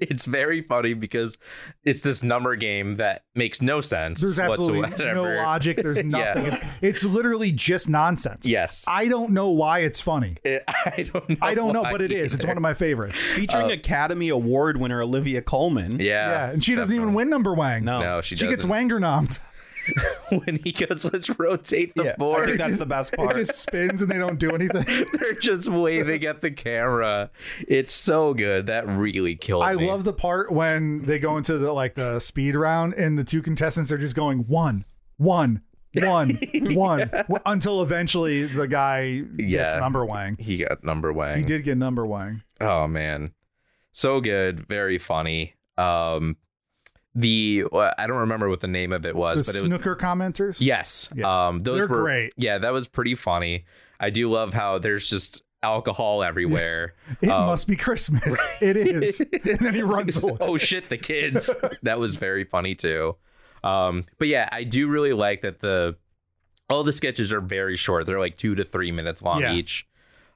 [SPEAKER 1] It's very funny because it's this number game that makes no sense
[SPEAKER 3] There's absolutely
[SPEAKER 1] whatsoever.
[SPEAKER 3] no logic. There's nothing. It's literally just nonsense.
[SPEAKER 1] Yes.
[SPEAKER 3] I don't know why it's funny.
[SPEAKER 1] It- I don't know.
[SPEAKER 3] I don't know,
[SPEAKER 1] why
[SPEAKER 3] but it is. It's
[SPEAKER 1] either.
[SPEAKER 3] one of my favorites.
[SPEAKER 4] featuring Academy Award winner Olivia Colman.
[SPEAKER 1] Yeah.
[SPEAKER 3] Uh, Yeah, and she doesn't even win number Wang.
[SPEAKER 4] No.
[SPEAKER 1] No, she,
[SPEAKER 3] she gets
[SPEAKER 1] doesn't.
[SPEAKER 3] Wanger nommed.
[SPEAKER 1] when he goes, let's rotate the
[SPEAKER 4] Yeah, I
[SPEAKER 1] board.
[SPEAKER 4] think that's the best
[SPEAKER 3] It
[SPEAKER 4] part.
[SPEAKER 3] just spins and they don't do anything.
[SPEAKER 1] They're just waving at the camera. It's so good. That really killed
[SPEAKER 3] I
[SPEAKER 1] me.
[SPEAKER 3] love the part when they go into the like the speed round and the two contestants are just going one, one, one, one, w- until eventually the guy gets
[SPEAKER 1] Yeah.
[SPEAKER 3] number Wang.
[SPEAKER 1] He got number
[SPEAKER 3] He
[SPEAKER 1] wang.
[SPEAKER 3] did get number Wang.
[SPEAKER 1] Oh man, so good, very funny. Um, the well, I don't remember what the name of it
[SPEAKER 3] The
[SPEAKER 1] was, but it was
[SPEAKER 3] snooker commenters.
[SPEAKER 1] yes.
[SPEAKER 3] Yeah.
[SPEAKER 1] Um, those
[SPEAKER 3] They're
[SPEAKER 1] were
[SPEAKER 3] great.
[SPEAKER 1] Yeah, that was pretty funny. I do love how there's just alcohol everywhere.
[SPEAKER 3] It
[SPEAKER 1] Um,
[SPEAKER 3] must be Christmas. It is. and then he runs away.
[SPEAKER 1] oh shit, the kids. that was very funny too. Um, but yeah, I do really like that the all the sketches are very short. They're like two to three minutes long
[SPEAKER 3] Yeah.
[SPEAKER 1] each.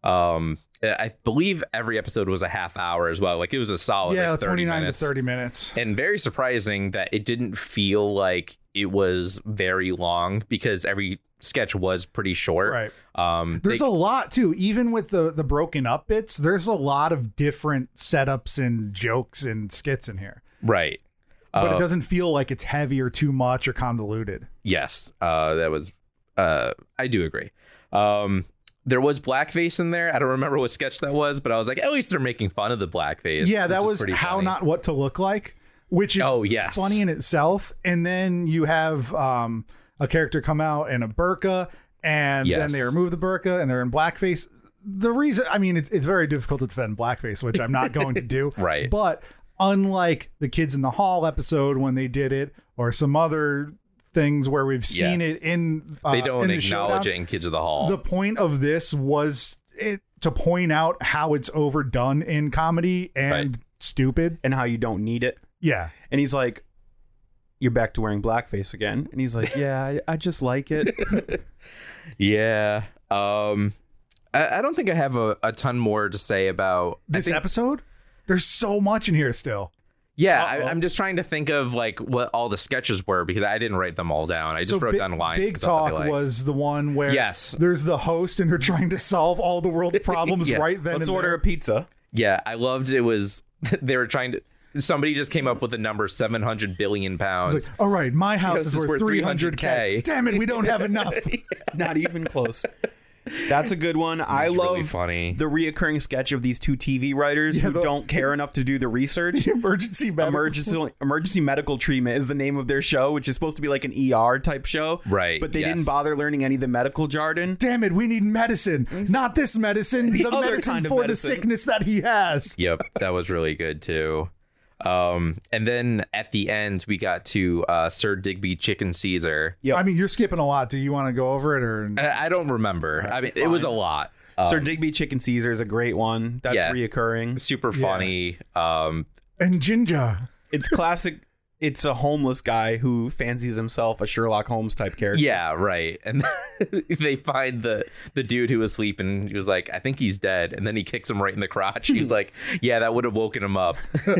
[SPEAKER 1] Um, I believe every episode was a half hour as well. Like it was a solid
[SPEAKER 3] Yeah,
[SPEAKER 1] like 30
[SPEAKER 3] twenty nine to
[SPEAKER 1] Oh, minutes.
[SPEAKER 3] thirty minutes.
[SPEAKER 1] and very surprising that it didn't feel like it was very long because every sketch was pretty short.
[SPEAKER 3] Right.
[SPEAKER 1] Um,
[SPEAKER 3] There's
[SPEAKER 1] they-
[SPEAKER 3] a lot too, even with the the broken up bits. There's a lot of different setups and jokes and skits in here,
[SPEAKER 1] right.
[SPEAKER 3] but
[SPEAKER 1] Uh,
[SPEAKER 3] it doesn't feel like it's heavy or too much or convoluted.
[SPEAKER 1] Yes, uh, that was. Uh, I do agree. Um, there was blackface in there. I don't remember what sketch that was, but I was like, at least they're making fun of the blackface.
[SPEAKER 3] yeah,
[SPEAKER 1] which
[SPEAKER 3] that
[SPEAKER 1] is
[SPEAKER 3] was
[SPEAKER 1] pretty
[SPEAKER 3] how
[SPEAKER 1] funny.
[SPEAKER 3] not what to look like, which is
[SPEAKER 1] Oh, yes.
[SPEAKER 3] funny in itself. And then you have um, a character come out in a burqa, and then
[SPEAKER 1] Yes.
[SPEAKER 3] they remove the burqa, and they're in blackface. The reason, I mean, it's it's very difficult to defend blackface, which I'm not going to do.
[SPEAKER 1] Right.
[SPEAKER 3] but unlike the Kids in the Hall episode when they did it, or some other things where we've seen it in uh,
[SPEAKER 1] They don't
[SPEAKER 3] in the
[SPEAKER 1] acknowledge
[SPEAKER 3] showdown,
[SPEAKER 1] it in Kids of the Hall.
[SPEAKER 3] the point of this was it to point out how it's overdone in comedy and stupid.
[SPEAKER 4] and how you don't need it.
[SPEAKER 3] Yeah.
[SPEAKER 4] And he's like, "You're back to wearing blackface again." And he's like, "Yeah, I, I just like it."
[SPEAKER 1] yeah. Um, I, I don't think I have a, a ton more to say about I
[SPEAKER 3] This
[SPEAKER 1] think-
[SPEAKER 3] episode? There's so much in here still.
[SPEAKER 1] Yeah,
[SPEAKER 4] Uh-oh.
[SPEAKER 1] I, I'm just trying to think of like what all the sketches were because I didn't write them all down. I just
[SPEAKER 3] so
[SPEAKER 1] wrote
[SPEAKER 3] Big-
[SPEAKER 1] down lines.
[SPEAKER 3] Big
[SPEAKER 1] and stuff that I
[SPEAKER 3] Talk
[SPEAKER 1] liked.
[SPEAKER 3] was the one where
[SPEAKER 1] Yes.
[SPEAKER 3] there's the host and they're trying to solve all the world's problems
[SPEAKER 1] Yeah.
[SPEAKER 3] right then
[SPEAKER 4] Let's
[SPEAKER 3] and
[SPEAKER 4] order a
[SPEAKER 3] there.
[SPEAKER 4] pizza.
[SPEAKER 1] Yeah, I loved it was they were trying to somebody just came up with the number 700 billion pounds.
[SPEAKER 3] It's like, all right, my house
[SPEAKER 1] This
[SPEAKER 3] is
[SPEAKER 1] is
[SPEAKER 3] worth
[SPEAKER 1] worth
[SPEAKER 3] 300K.
[SPEAKER 1] 300K.
[SPEAKER 3] Damn it, we don't have enough.
[SPEAKER 4] Not even close. That's a good one. I
[SPEAKER 1] It's
[SPEAKER 4] love
[SPEAKER 1] really funny.
[SPEAKER 4] the reoccurring sketch of these two TV writers
[SPEAKER 3] Yeah,
[SPEAKER 4] who
[SPEAKER 3] the-
[SPEAKER 4] don't care enough to do the research.
[SPEAKER 3] Emergency medical.
[SPEAKER 4] Emergency emergency medical treatment is the name of their show, which is supposed to be like an ER type show,
[SPEAKER 1] Right,
[SPEAKER 4] But they
[SPEAKER 1] yes.
[SPEAKER 4] didn't bother learning any of the medical jargon.
[SPEAKER 3] Damn it, we need medicine. Not this medicine, the,
[SPEAKER 4] other
[SPEAKER 3] medicine
[SPEAKER 4] kind of
[SPEAKER 3] for
[SPEAKER 4] medicine.
[SPEAKER 3] the sickness that he has.
[SPEAKER 1] yep, that was really good too. Um, and then at the end we got to uh, Sir Digby Chicken Caesar.
[SPEAKER 4] Yep.
[SPEAKER 3] I mean, you're skipping a lot. Do you want to go over it or
[SPEAKER 1] I, I don't remember. I mean, it was a lot. Um,
[SPEAKER 4] Sir Digby Chicken Caesar is a great one. That's
[SPEAKER 1] Yeah.
[SPEAKER 4] reoccurring.
[SPEAKER 1] super funny. Um,
[SPEAKER 3] and ginger?
[SPEAKER 4] It's classic. it's a homeless guy who fancies himself a Sherlock Holmes type character.
[SPEAKER 1] yeah, right. And they find the the dude who was sleeping. He was like, "I think he's dead," and then he kicks him right in the crotch. He's like, "Yeah, that would have woken him up."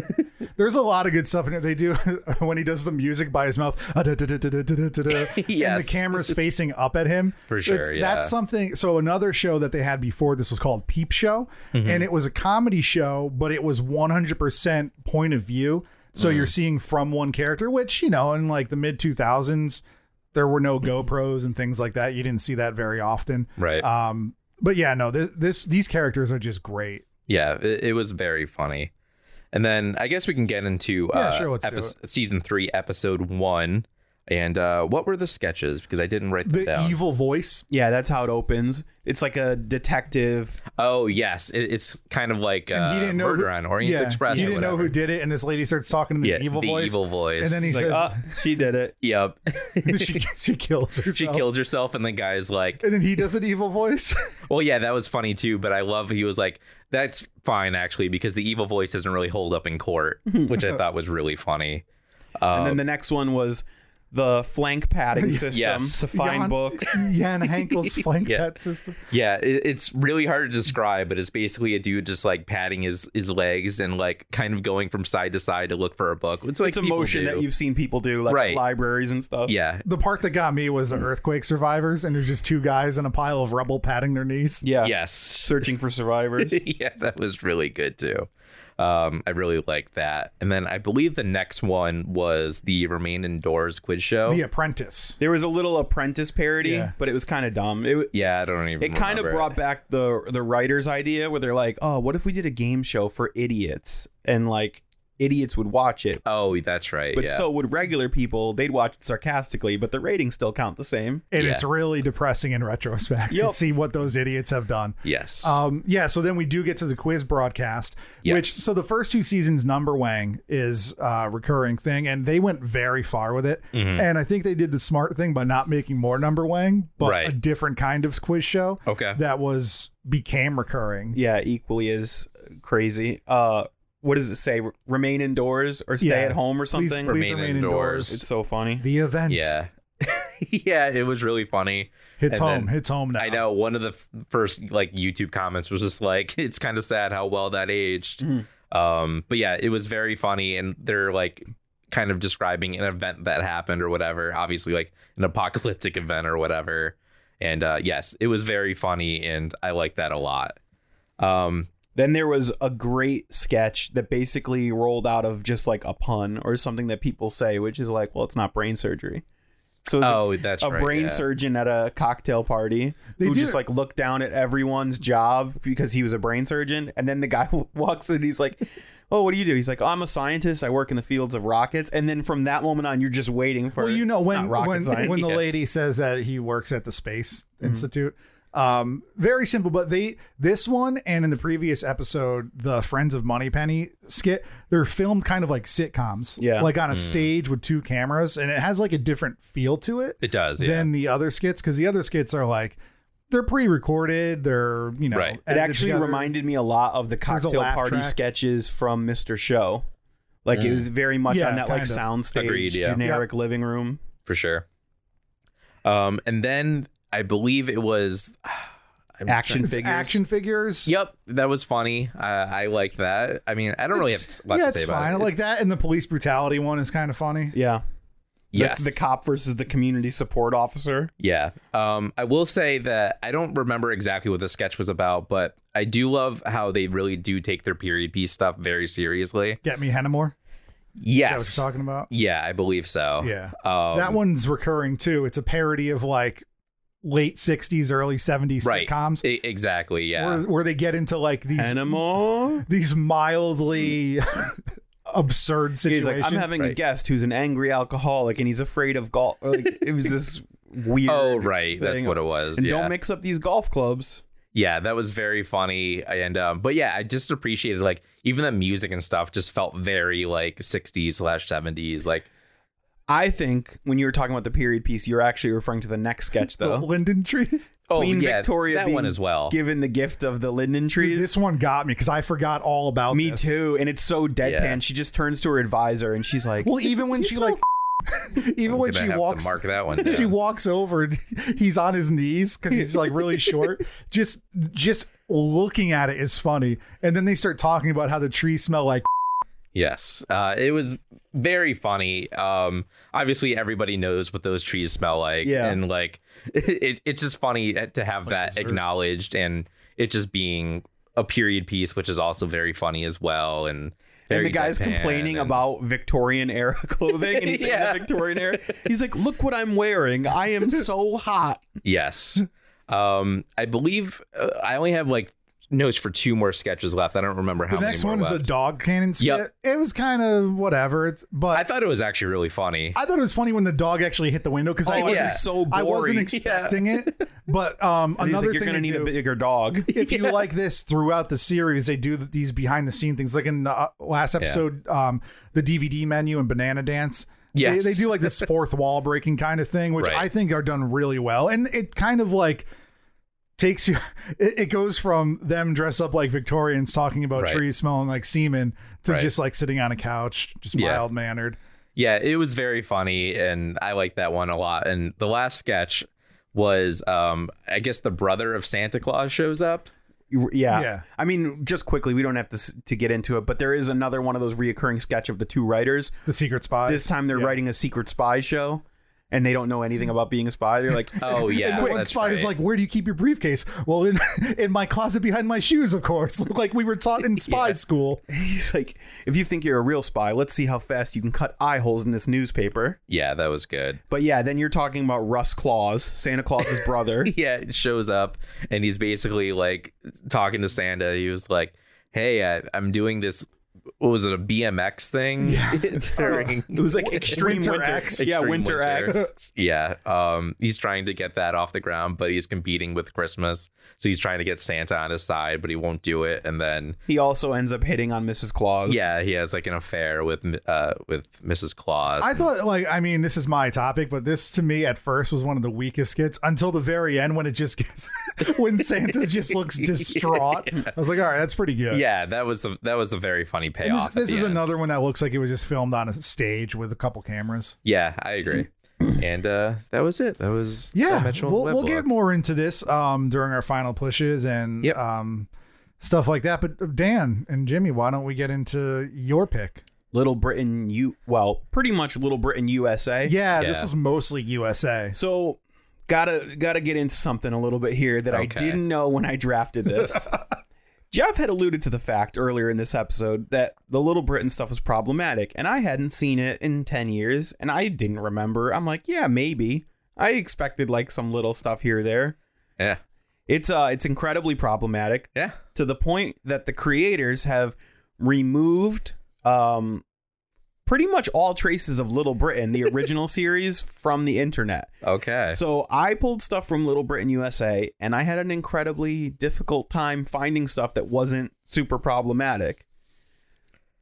[SPEAKER 3] There's a lot of good stuff in it. They do when he does the music by his mouth. Uh, da, da, da, da, da, da, da, da, And the
[SPEAKER 1] Yes.
[SPEAKER 3] camera's facing up at him.
[SPEAKER 1] For sure, yeah.
[SPEAKER 3] That's something. So another show that they had before this was called Peep Show,
[SPEAKER 1] Mm-hmm.
[SPEAKER 3] and it was a comedy show, but it was 100% point of view.
[SPEAKER 1] Mm.
[SPEAKER 3] So you're seeing from one character, which you know, in like the mid 2000s, there were no GoPros and things like that. You didn't see that very often.
[SPEAKER 1] Mm-hmm. right.
[SPEAKER 3] Um, but yeah, no, this, this these characters are just great.
[SPEAKER 1] Yeah, it, it was very funny. And then I guess we can get into
[SPEAKER 3] Yeah,
[SPEAKER 1] uh,
[SPEAKER 3] sure, let's do
[SPEAKER 1] epis- season three, episode one. And uh, what were the sketches? Because I didn't write them
[SPEAKER 3] The
[SPEAKER 1] down.
[SPEAKER 3] evil voice.
[SPEAKER 4] Yeah, that's how it opens. It's like a detective.
[SPEAKER 1] oh yes, it, it's kind of like uh,
[SPEAKER 3] he didn't know
[SPEAKER 1] Murder
[SPEAKER 3] who,
[SPEAKER 1] on Orient
[SPEAKER 3] yeah,
[SPEAKER 1] Express.
[SPEAKER 3] He
[SPEAKER 1] or
[SPEAKER 3] didn't know
[SPEAKER 1] whatever.
[SPEAKER 3] who did it, and this lady starts talking in the
[SPEAKER 1] yeah,
[SPEAKER 3] evil
[SPEAKER 1] the
[SPEAKER 3] voice.
[SPEAKER 1] evil voice.
[SPEAKER 3] And then he
[SPEAKER 4] It's like,
[SPEAKER 3] says,
[SPEAKER 4] ah, she did it.
[SPEAKER 1] yep.
[SPEAKER 3] she, she kills herself.
[SPEAKER 1] she kills herself, and the guy's like,
[SPEAKER 3] And then he does an evil voice.
[SPEAKER 1] "Well, yeah, that was funny too." But I love he was like, "That's fine actually," because the evil voice doesn't really hold up in court, which I thought was really funny.
[SPEAKER 4] and then the next one was the flank padding system
[SPEAKER 1] Uh, Yes.
[SPEAKER 4] to find
[SPEAKER 3] Jan-
[SPEAKER 4] books.
[SPEAKER 3] Jan Hankel's flank
[SPEAKER 1] Yeah.
[SPEAKER 3] pet system.
[SPEAKER 1] Yeah, it, it's really hard to describe, but it's basically a dude just like patting his his legs and like kind of going from side to side to look for a book. It's like
[SPEAKER 4] It's a
[SPEAKER 1] people
[SPEAKER 4] motion
[SPEAKER 1] do.
[SPEAKER 4] that you've seen people do, like
[SPEAKER 1] Right.
[SPEAKER 4] libraries and stuff.
[SPEAKER 1] Yeah,
[SPEAKER 3] The part that got me was the earthquake survivors, and there's just two guys in a pile of rubble patting their knees.
[SPEAKER 4] Yeah.
[SPEAKER 1] yes,
[SPEAKER 4] Searching for survivors.
[SPEAKER 1] yeah, that was really good too. Um, I really liked that. And then I believe the next one was the Remain Indoors quiz show.
[SPEAKER 4] uh,
[SPEAKER 3] The Apprentice.
[SPEAKER 4] there was a little apprentice parody,
[SPEAKER 3] Yeah.
[SPEAKER 4] but it was kind of dumb. It
[SPEAKER 1] Yeah, I don't even.
[SPEAKER 4] it kind of
[SPEAKER 1] remember
[SPEAKER 4] brought back the the writer's idea where they're like, "Oh, what if we did a game show for idiots?" And like idiots would watch it,
[SPEAKER 1] Oh, that's right.
[SPEAKER 4] but
[SPEAKER 1] yeah.
[SPEAKER 4] so would regular people. They'd watch it sarcastically, but the ratings still count the same.
[SPEAKER 3] And
[SPEAKER 1] Yeah.
[SPEAKER 3] it's really depressing in retrospect to
[SPEAKER 4] Yup.
[SPEAKER 3] see what those idiots have done.
[SPEAKER 1] yes.
[SPEAKER 3] Um, yeah, so then we do get to the quiz broadcast,
[SPEAKER 1] Yes.
[SPEAKER 3] which so the first two seasons number wang is uh, a recurring thing, and they went very far with it.
[SPEAKER 1] Mm-hmm.
[SPEAKER 3] And I think they did the smart thing by not making more number wang, but
[SPEAKER 1] Right. Oh,
[SPEAKER 3] a different kind of quiz show
[SPEAKER 1] okay.
[SPEAKER 3] that was became recurring.
[SPEAKER 4] Yeah, equally as crazy. Uh, what does it say? R- Remain indoors or stay
[SPEAKER 3] Yeah.
[SPEAKER 4] at home or
[SPEAKER 3] Please-
[SPEAKER 4] something?
[SPEAKER 3] please
[SPEAKER 1] Remain indoors.
[SPEAKER 4] It's so funny.
[SPEAKER 3] The event.
[SPEAKER 1] yeah. yeah, it was really funny.
[SPEAKER 3] Hits
[SPEAKER 1] And
[SPEAKER 3] home.
[SPEAKER 1] then-
[SPEAKER 3] hits home now.
[SPEAKER 1] I know one of the f- first like YouTube comments was just like, it's kind of sad how well that aged.
[SPEAKER 3] Mm-hmm.
[SPEAKER 1] Um, but yeah, it was very funny, and they're like kind of describing an event that happened or whatever, obviously like an apocalyptic event or whatever. And uh, yes, it was very funny, and I like that a lot. Um,
[SPEAKER 4] Then there was a great sketch that basically rolled out of just like a pun or something that people say, which is like, well, it's not brain surgery. So it was
[SPEAKER 1] oh, that's
[SPEAKER 4] a
[SPEAKER 1] right,
[SPEAKER 4] brain
[SPEAKER 1] yeah.
[SPEAKER 4] surgeon at a cocktail party
[SPEAKER 3] They
[SPEAKER 4] who
[SPEAKER 3] do-
[SPEAKER 4] just like looked down at everyone's job because he was a brain surgeon, and then the guy walks in, he's like. Oh, what do you do? He's like, I'm a scientist. I work in the fields of rockets. And then from that moment on, you're just waiting for.
[SPEAKER 3] Well, you know
[SPEAKER 4] it's
[SPEAKER 3] when
[SPEAKER 4] not rocket
[SPEAKER 3] when,
[SPEAKER 4] science. Mm-hmm.
[SPEAKER 3] when the
[SPEAKER 1] Yeah.
[SPEAKER 3] lady says that he works at the Space Institute. Um, very simple, but they this one and in the previous episode, the Friends of Money Penny skit, they're filmed kind of like sitcoms,
[SPEAKER 4] Yeah.
[SPEAKER 3] like
[SPEAKER 1] Mm.
[SPEAKER 3] on a stage with two cameras, and it has like a different feel to it
[SPEAKER 1] It does, yeah.
[SPEAKER 3] than the other skits because the other skits are like they're pre-recorded, they're you know,
[SPEAKER 1] Right. It
[SPEAKER 4] It
[SPEAKER 3] edited
[SPEAKER 4] actually
[SPEAKER 3] together.
[SPEAKER 4] reminded me a lot of the
[SPEAKER 3] There's a
[SPEAKER 4] cocktail
[SPEAKER 3] laugh
[SPEAKER 4] party
[SPEAKER 3] track.
[SPEAKER 4] sketches from Mr. Show. Like it was very much
[SPEAKER 3] Yeah,
[SPEAKER 4] on that like
[SPEAKER 3] kinda.
[SPEAKER 4] soundstage,
[SPEAKER 1] Mm. Agreed, yeah.
[SPEAKER 4] generic living room.
[SPEAKER 1] for sure. Um, and then I believe it was I'm
[SPEAKER 4] Action
[SPEAKER 3] It's
[SPEAKER 4] figures.
[SPEAKER 3] action figures.
[SPEAKER 1] Yep, that was funny. Uh, I liked that. I mean, I don't really have s- much
[SPEAKER 3] yeah,
[SPEAKER 1] to say
[SPEAKER 3] it's
[SPEAKER 1] about
[SPEAKER 3] fine.
[SPEAKER 1] it.
[SPEAKER 3] Like that, and the police brutality one is kind of funny.
[SPEAKER 4] Yeah. The-
[SPEAKER 1] yes,
[SPEAKER 4] The, cop versus the community support officer.
[SPEAKER 1] yeah. Um, I will say that I don't remember exactly what the sketch was about, but I do love how they really do take their period piece stuff very seriously.
[SPEAKER 3] Get me Hennamore. That was
[SPEAKER 1] Yes,
[SPEAKER 3] talking about.
[SPEAKER 1] yeah, I believe so.
[SPEAKER 3] Yeah.
[SPEAKER 1] um,
[SPEAKER 3] that one's recurring too. It's a parody of like late 60s, early 70s
[SPEAKER 1] right.
[SPEAKER 3] sitcoms
[SPEAKER 1] E- exactly. Yeah,
[SPEAKER 3] where, where they get into like these
[SPEAKER 4] Animal.
[SPEAKER 3] these mildly absurd
[SPEAKER 4] He's
[SPEAKER 3] situations.
[SPEAKER 4] like, I'm having a
[SPEAKER 1] Mm. Right.
[SPEAKER 4] guest who's an angry alcoholic and he's afraid of golf. Like, it was this weird.
[SPEAKER 1] Oh, right, that's
[SPEAKER 4] thing.
[SPEAKER 1] what it was,
[SPEAKER 4] And
[SPEAKER 1] yeah.
[SPEAKER 4] don't mix up these golf clubs.
[SPEAKER 1] yeah, that was very funny. And um, but yeah, I just appreciated like even the music and stuff just felt very like '60s slash '70s. Like
[SPEAKER 4] I think when you were talking about the period piece, you're actually referring to the next sketch,
[SPEAKER 3] the
[SPEAKER 4] though.
[SPEAKER 3] linden trees.
[SPEAKER 1] oh
[SPEAKER 4] Queen
[SPEAKER 1] yeah,
[SPEAKER 4] Victoria
[SPEAKER 1] that
[SPEAKER 4] being
[SPEAKER 1] one as well.
[SPEAKER 4] Given the gift of the linden trees.
[SPEAKER 3] This one got me because I forgot all about
[SPEAKER 4] Me
[SPEAKER 3] this.
[SPEAKER 4] too. And it's so deadpan.
[SPEAKER 1] Yeah.
[SPEAKER 4] She just turns to her advisor and she's like,
[SPEAKER 3] Well, even when she like, even when
[SPEAKER 1] Gonna
[SPEAKER 3] she
[SPEAKER 1] have to
[SPEAKER 3] walks,
[SPEAKER 1] mark that one.
[SPEAKER 3] she
[SPEAKER 1] down.
[SPEAKER 3] walks over. and He's on his knees because he's like really short. Just, just looking at it is funny. And then they start talking about how the trees smell like.
[SPEAKER 1] Yes, uh, it was very funny. Um, obviously, everybody knows what those trees smell like,
[SPEAKER 4] Yeah.
[SPEAKER 1] and like it, it's just funny uh, to have that acknowledged, and it just being a period piece, which is also very funny as well. And
[SPEAKER 4] and
[SPEAKER 1] very
[SPEAKER 4] the guy's
[SPEAKER 1] deadpan
[SPEAKER 4] complaining
[SPEAKER 1] and-
[SPEAKER 4] about Victorian era clothing. And he's in
[SPEAKER 1] Yeah.
[SPEAKER 4] the Victorian era. He's like, look what I'm wearing. I am so hot.
[SPEAKER 1] Yes. Um, I believe uh, I only have like knows for two more sketches left. I don't remember how
[SPEAKER 3] The
[SPEAKER 1] many
[SPEAKER 3] next
[SPEAKER 1] more
[SPEAKER 3] one is
[SPEAKER 1] left.
[SPEAKER 3] a dog cannon skit.
[SPEAKER 1] Yep.
[SPEAKER 3] It was kind of whatever, it's, but
[SPEAKER 1] I thought it was actually really funny.
[SPEAKER 3] I thought it was funny when the dog actually hit the window because I
[SPEAKER 4] Oh,
[SPEAKER 3] wasn't
[SPEAKER 1] yeah.
[SPEAKER 4] So
[SPEAKER 3] I wasn't
[SPEAKER 4] gory.
[SPEAKER 3] expecting it. But um,
[SPEAKER 4] And he's
[SPEAKER 3] another
[SPEAKER 4] like, you're
[SPEAKER 3] thing
[SPEAKER 4] going to
[SPEAKER 3] they
[SPEAKER 4] need
[SPEAKER 3] do-
[SPEAKER 4] a bigger dog.
[SPEAKER 3] if you like this throughout the series, they do th- these behind the scene things like in the uh, last episode, um, the DVD menu and Banana Dance.
[SPEAKER 1] Yes.
[SPEAKER 3] They, they do like this fourth wall breaking kind of thing, which
[SPEAKER 1] Right.
[SPEAKER 3] I think are done really well. And it kind of like takes you, it, it goes from them dressed up like Victorians talking about
[SPEAKER 1] Right.
[SPEAKER 3] trees smelling like semen to
[SPEAKER 1] Right.
[SPEAKER 3] just like sitting on a couch, just
[SPEAKER 1] Yeah.
[SPEAKER 3] mild mannered.
[SPEAKER 1] Yeah, it was very funny, and I like that one a lot. And the last sketch was, um, I guess, the brother of Santa Claus shows up.
[SPEAKER 4] You- Yeah.
[SPEAKER 3] Yeah.
[SPEAKER 4] I mean, just quickly, we don't have to s- to get into it, but there is another one of those reoccurring sketch of the two writers.
[SPEAKER 3] The secret spy.
[SPEAKER 4] This time they're
[SPEAKER 3] Yeah.
[SPEAKER 4] writing a secret spy show, and they don't know anything about being a spy. They're like,
[SPEAKER 1] Oh yeah,
[SPEAKER 3] and one
[SPEAKER 1] that's
[SPEAKER 3] spy is
[SPEAKER 1] right.
[SPEAKER 3] like, "Where do you keep your briefcase?" Well, in in my closet behind my shoes, of course. like we were taught in spy school.
[SPEAKER 4] he's like, if you think you're a real spy, let's see how fast you can cut eye holes in this newspaper.
[SPEAKER 1] yeah, that was good.
[SPEAKER 4] But yeah, then you're talking about Russ Claus, Santa Claus's brother.
[SPEAKER 1] Yeah, it shows up, and he's basically like talking to Santa. He was like, "Hey, I, I'm doing this. What was it? A BMX thing? Yeah, during
[SPEAKER 4] It was like extreme
[SPEAKER 3] Winter
[SPEAKER 4] winter,
[SPEAKER 3] X.
[SPEAKER 4] yeah,
[SPEAKER 1] Extreme
[SPEAKER 4] winter, X.
[SPEAKER 1] yeah, um, he's trying to get that off the ground, but he's competing with Christmas, so he's trying to get Santa on his side, but he won't do it. And then,
[SPEAKER 4] He also ends up hitting on Mrs. Claus.
[SPEAKER 1] yeah, he has like an affair with uh with Mrs. Claus.
[SPEAKER 3] I thought, like, I mean, this is my topic, but this to me at first was one of the weakest skits until the very end when it just gets when Santa just looks distraught. I was like, all right, that's pretty good.
[SPEAKER 1] yeah, that was the that was a very funny
[SPEAKER 3] And
[SPEAKER 1] payoff.
[SPEAKER 3] this,
[SPEAKER 1] at
[SPEAKER 3] this
[SPEAKER 1] the
[SPEAKER 3] is
[SPEAKER 1] end.
[SPEAKER 3] another one that looks like it was just filmed on a stage with a couple cameras.
[SPEAKER 1] Yeah, I agree. and uh that was it. That was
[SPEAKER 3] Yeah,
[SPEAKER 1] the Metro
[SPEAKER 3] we'll,
[SPEAKER 1] Web
[SPEAKER 3] we'll get
[SPEAKER 1] blog.
[SPEAKER 3] more into this um, during our final pushes and
[SPEAKER 1] Yep.
[SPEAKER 3] um, stuff like that. But uh, Dan and Jimmy, why don't we get into your pick?
[SPEAKER 4] Little Britain, you well, pretty much Little Britain USA.
[SPEAKER 3] Yeah,
[SPEAKER 1] Yeah.
[SPEAKER 3] this is mostly USA.
[SPEAKER 4] So gotta gotta get into something a little bit here that I
[SPEAKER 1] Okay.
[SPEAKER 4] didn't know when I drafted this. Jeff had alluded to the fact earlier in this episode that the Little Britain stuff was problematic, and I hadn't seen it in ten years, and I didn't remember. I'm like, yeah, maybe. I expected like some little stuff here or there.
[SPEAKER 1] Yeah.
[SPEAKER 4] It's uh it's incredibly problematic
[SPEAKER 1] Yeah.
[SPEAKER 4] to the point that the creators have removed um pretty much all traces of Little Britain, the original series, from the internet.
[SPEAKER 1] Okay.
[SPEAKER 4] So I pulled stuff from Little Britain USA, and I had an incredibly difficult time finding stuff that wasn't super problematic.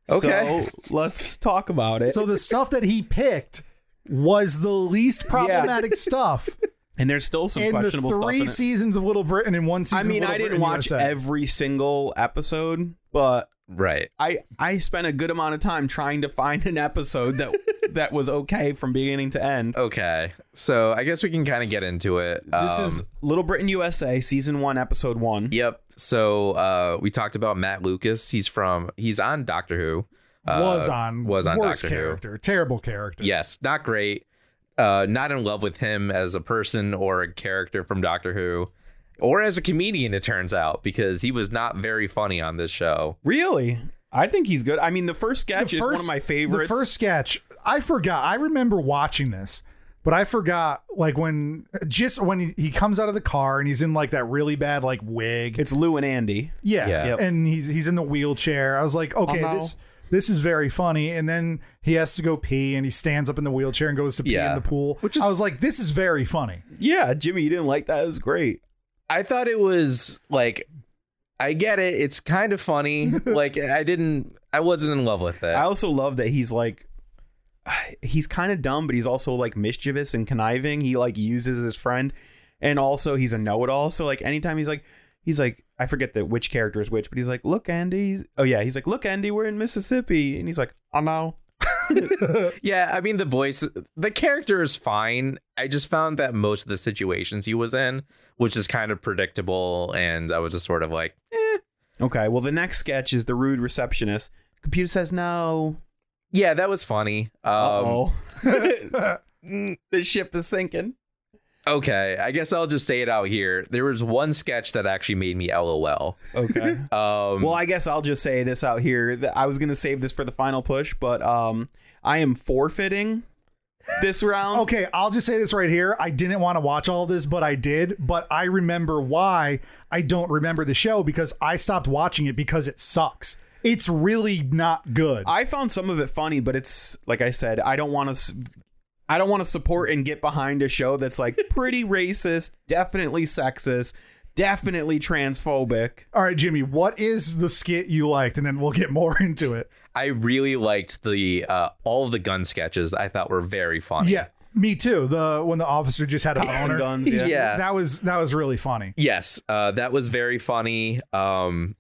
[SPEAKER 1] Okay.
[SPEAKER 4] So let's talk about it.
[SPEAKER 3] So the stuff that he picked was the least problematic stuff
[SPEAKER 4] and there's still some
[SPEAKER 3] in the
[SPEAKER 4] questionable stuff.
[SPEAKER 3] three
[SPEAKER 4] In it.
[SPEAKER 3] seasons of Little Britain and one season.
[SPEAKER 4] I mean,
[SPEAKER 3] of Little
[SPEAKER 4] I didn't
[SPEAKER 3] Britain
[SPEAKER 4] watch
[SPEAKER 3] USA.
[SPEAKER 4] every single episode, but
[SPEAKER 1] right.
[SPEAKER 4] I I spent a good amount of time trying to find an episode that that was okay from beginning to end.
[SPEAKER 1] Okay. So I guess we can kind of get into it.
[SPEAKER 4] This
[SPEAKER 1] Um,
[SPEAKER 4] is Little Britain USA season 1 episode 1.
[SPEAKER 1] Yep. So uh, we talked about Matt Lucas. He's from. He's on Doctor Who. Uh,
[SPEAKER 3] was on
[SPEAKER 1] was on
[SPEAKER 3] worst
[SPEAKER 1] Doctor Who.
[SPEAKER 3] character, terrible character.
[SPEAKER 1] Yes, not great. Uh, not in love with him as a person or a character from Doctor Who, or as a comedian. It turns out because he was not very funny on this show.
[SPEAKER 4] Really? I think he's good. I mean, the first sketch is one of my favorites.
[SPEAKER 3] The first sketch, I forgot. I remember watching this, but I forgot like when just when he, he comes out of the car and he's in like that really bad like wig.
[SPEAKER 4] It's Lou and Andy.
[SPEAKER 3] yeah,
[SPEAKER 1] Yeah. Yep.
[SPEAKER 3] and he's he's in the wheelchair. I was like, okay,
[SPEAKER 4] no.
[SPEAKER 3] this this is very funny. And then he has to go pee, and he stands up in the wheelchair and goes to pee
[SPEAKER 1] Yeah.
[SPEAKER 3] in the pool. Which is, I was like, this is very funny.
[SPEAKER 4] Yeah, Jimmy, you didn't like that. It was great.
[SPEAKER 1] I thought it was like, I get it. It's kind of funny. like I didn't. I wasn't in love with it.
[SPEAKER 4] I also love that he's like, he's kind of dumb, but he's also like mischievous and conniving. He like uses his friend, and also he's a know-it-all. So like, anytime he's like, he's like, I forget that which character is which, but he's like, look, Andy. he's- Oh yeah, he's like, look, Andy, we're in Mississippi, and he's like, I know.
[SPEAKER 1] yeah, I mean the voice, the character is fine. I just found that most of the situations he was in, which is kind of predictable, and I was just sort of like,
[SPEAKER 4] Okay, well the next sketch is the rude receptionist. Computer says no.
[SPEAKER 1] yeah, that was funny. Um,
[SPEAKER 4] Oh, Um, the ship is sinking.
[SPEAKER 1] okay, I guess I'll just say it out here. There was one sketch that actually made me LOL.
[SPEAKER 4] Okay.
[SPEAKER 1] Um,
[SPEAKER 4] Well, I guess I'll just say this out here. that I was going to save this for the final push, but um, I am forfeiting this round.
[SPEAKER 3] Okay, I'll just say this right here. I didn't want to watch all this, but I did. But I remember why I don't remember the show because I stopped watching it because it sucks. It's really not good.
[SPEAKER 4] I found some of it funny, but it's like I said, I don't want to. I don't want to support and get behind a show that's like pretty racist, definitely sexist, definitely transphobic.
[SPEAKER 3] all right, Jimmy, what is the skit you liked? And then we'll get more into it.
[SPEAKER 1] I really liked the uh, all of the gun sketches. I thought were very funny.
[SPEAKER 3] Yeah, me too. The when the officer just had a
[SPEAKER 4] Some
[SPEAKER 3] boner.
[SPEAKER 4] guns, yeah.
[SPEAKER 1] Yeah.
[SPEAKER 3] That was that was really funny.
[SPEAKER 1] Yes, uh, that was very funny. Um,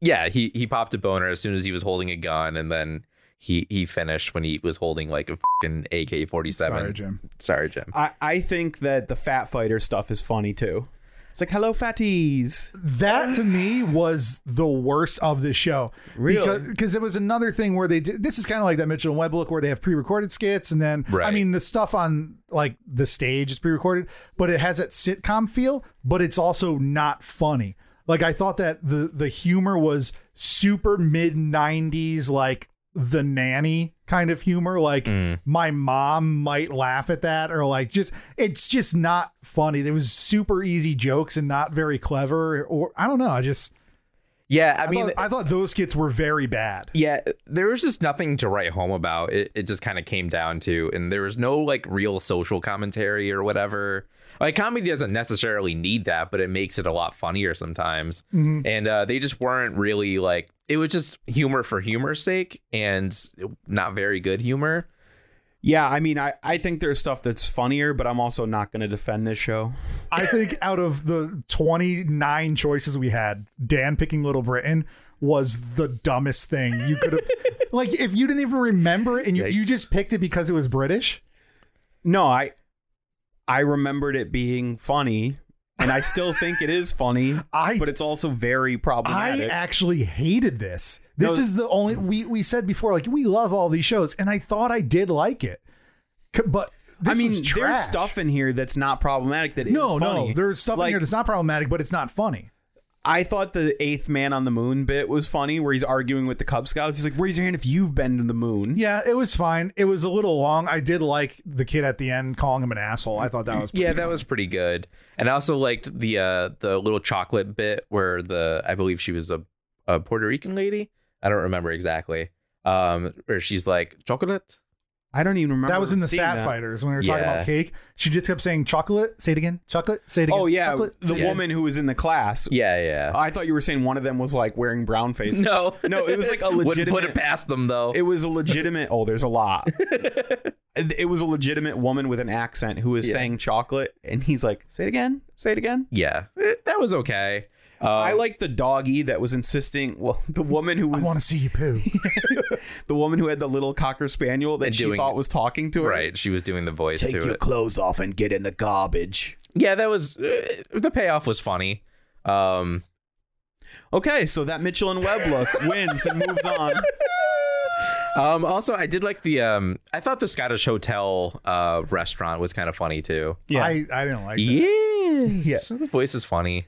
[SPEAKER 1] yeah, he he popped a boner as soon as he was holding a gun, and then he he finished when he was holding like a fucking AK forty seven.
[SPEAKER 3] Sorry, Jim.
[SPEAKER 1] Sorry, Jim.
[SPEAKER 4] I, I think that the fat fighter stuff is funny too. It's like hello fatties.
[SPEAKER 3] That to me was the worst of the show.
[SPEAKER 4] Really?
[SPEAKER 3] Because it was another thing where they did this is kind of like that Mitchell and Webb look where they have pre recorded skits and then, I
[SPEAKER 1] Right.
[SPEAKER 3] mean, the stuff on like the stage is pre recorded, but it has that sitcom feel, but it's also not funny. Like I thought that the the humor was super mid 90s, like the nanny kind of humor. Like
[SPEAKER 1] Mm.
[SPEAKER 3] my mom might laugh at that, or like just it's just not funny. There was super easy jokes and not very clever, or I don't know. I just
[SPEAKER 1] Yeah, I,
[SPEAKER 3] I,
[SPEAKER 1] mean,
[SPEAKER 3] thought, I thought those skits were very bad.
[SPEAKER 1] yeah, there was just nothing to write home about. It it just kind of came down to, and there was no like real social commentary or whatever. Like comedy doesn't necessarily need that, but it makes it a lot funnier sometimes. And uh, they just weren't really like it was just humor for humor's sake, and not very good humor.
[SPEAKER 4] Yeah, I mean, I, I think there's stuff that's funnier, but I'm also not going to defend this show.
[SPEAKER 3] I think out of the 29 choices we had, Dan picking Little Britain was the dumbest thing you could have. like, if you didn't even remember it and you, you just picked it because it was British,
[SPEAKER 4] No, I I remembered it being funny, and I still think it is funny,
[SPEAKER 3] I-
[SPEAKER 4] but it's also very
[SPEAKER 3] I uh,
[SPEAKER 4] problematic.
[SPEAKER 3] actually hated this. This
[SPEAKER 4] No.
[SPEAKER 3] is the only we we said before, like we love all these shows, and I thought I did like it, C- but
[SPEAKER 4] I
[SPEAKER 3] this
[SPEAKER 4] mean,
[SPEAKER 3] is
[SPEAKER 4] there's
[SPEAKER 3] trash.
[SPEAKER 4] stuff in here that's not problematic that is
[SPEAKER 3] No,
[SPEAKER 4] funny.
[SPEAKER 3] no, there's stuff
[SPEAKER 4] like,
[SPEAKER 3] in here that's not problematic, but it's not funny.
[SPEAKER 4] I thought the eighth man on the moon bit was funny, where he's arguing with the Cub Scouts. He's like, "Raise your hand if you've been to the moon."
[SPEAKER 3] Yeah, it was fine. It was a little long. I did like the kid at the end calling him an asshole. I thought that was
[SPEAKER 1] Yeah, that was pretty good. And I also liked the uh the little chocolate bit where the I believe she was a, a Puerto Rican lady. I don't remember exactly. Um where she's like chocolate.
[SPEAKER 4] I don't even remember.
[SPEAKER 3] That was in the
[SPEAKER 4] seeing
[SPEAKER 3] Fat
[SPEAKER 4] that.
[SPEAKER 3] Fighters when we were talking
[SPEAKER 1] Yeah.
[SPEAKER 3] about cake. She just kept saying chocolate. Say it again. Chocolate. Say it again.
[SPEAKER 4] Oh yeah,
[SPEAKER 3] Chocolate, say
[SPEAKER 4] the
[SPEAKER 3] it again."
[SPEAKER 4] woman who was in the class.
[SPEAKER 1] Yeah, yeah.
[SPEAKER 4] I thought you were saying one of them was like wearing brown face.
[SPEAKER 1] no.
[SPEAKER 4] no, it was like a
[SPEAKER 1] Wouldn't put
[SPEAKER 4] legitimate.
[SPEAKER 1] it past them though.
[SPEAKER 4] it was a legitimate. Oh, there's a lot. it it was a legitimate woman with an accent who was saying chocolate, and he's like, "Say it again. Say it again."
[SPEAKER 1] yeah. It- that was okay. Um,
[SPEAKER 4] I like the doggy that was insisting. Well, the woman who
[SPEAKER 3] I
[SPEAKER 4] was
[SPEAKER 3] want to see you poo.
[SPEAKER 4] the woman who had the little cocker spaniel that
[SPEAKER 1] And
[SPEAKER 4] she
[SPEAKER 1] doing-
[SPEAKER 4] thought was talking to her.
[SPEAKER 1] right. She was doing the voice to it.
[SPEAKER 4] clothes off and get in the garbage.
[SPEAKER 1] yeah, that was uh, the payoff was funny. Um
[SPEAKER 4] Okay, so that Mitchell and Webb look wins and moves on.
[SPEAKER 1] um also I did like the um I thought the Scottish Hotel uh restaurant was kind of funny too.
[SPEAKER 4] Yeah.
[SPEAKER 3] I, I didn't like that.
[SPEAKER 1] Yes. Yeah. So the voice is funny.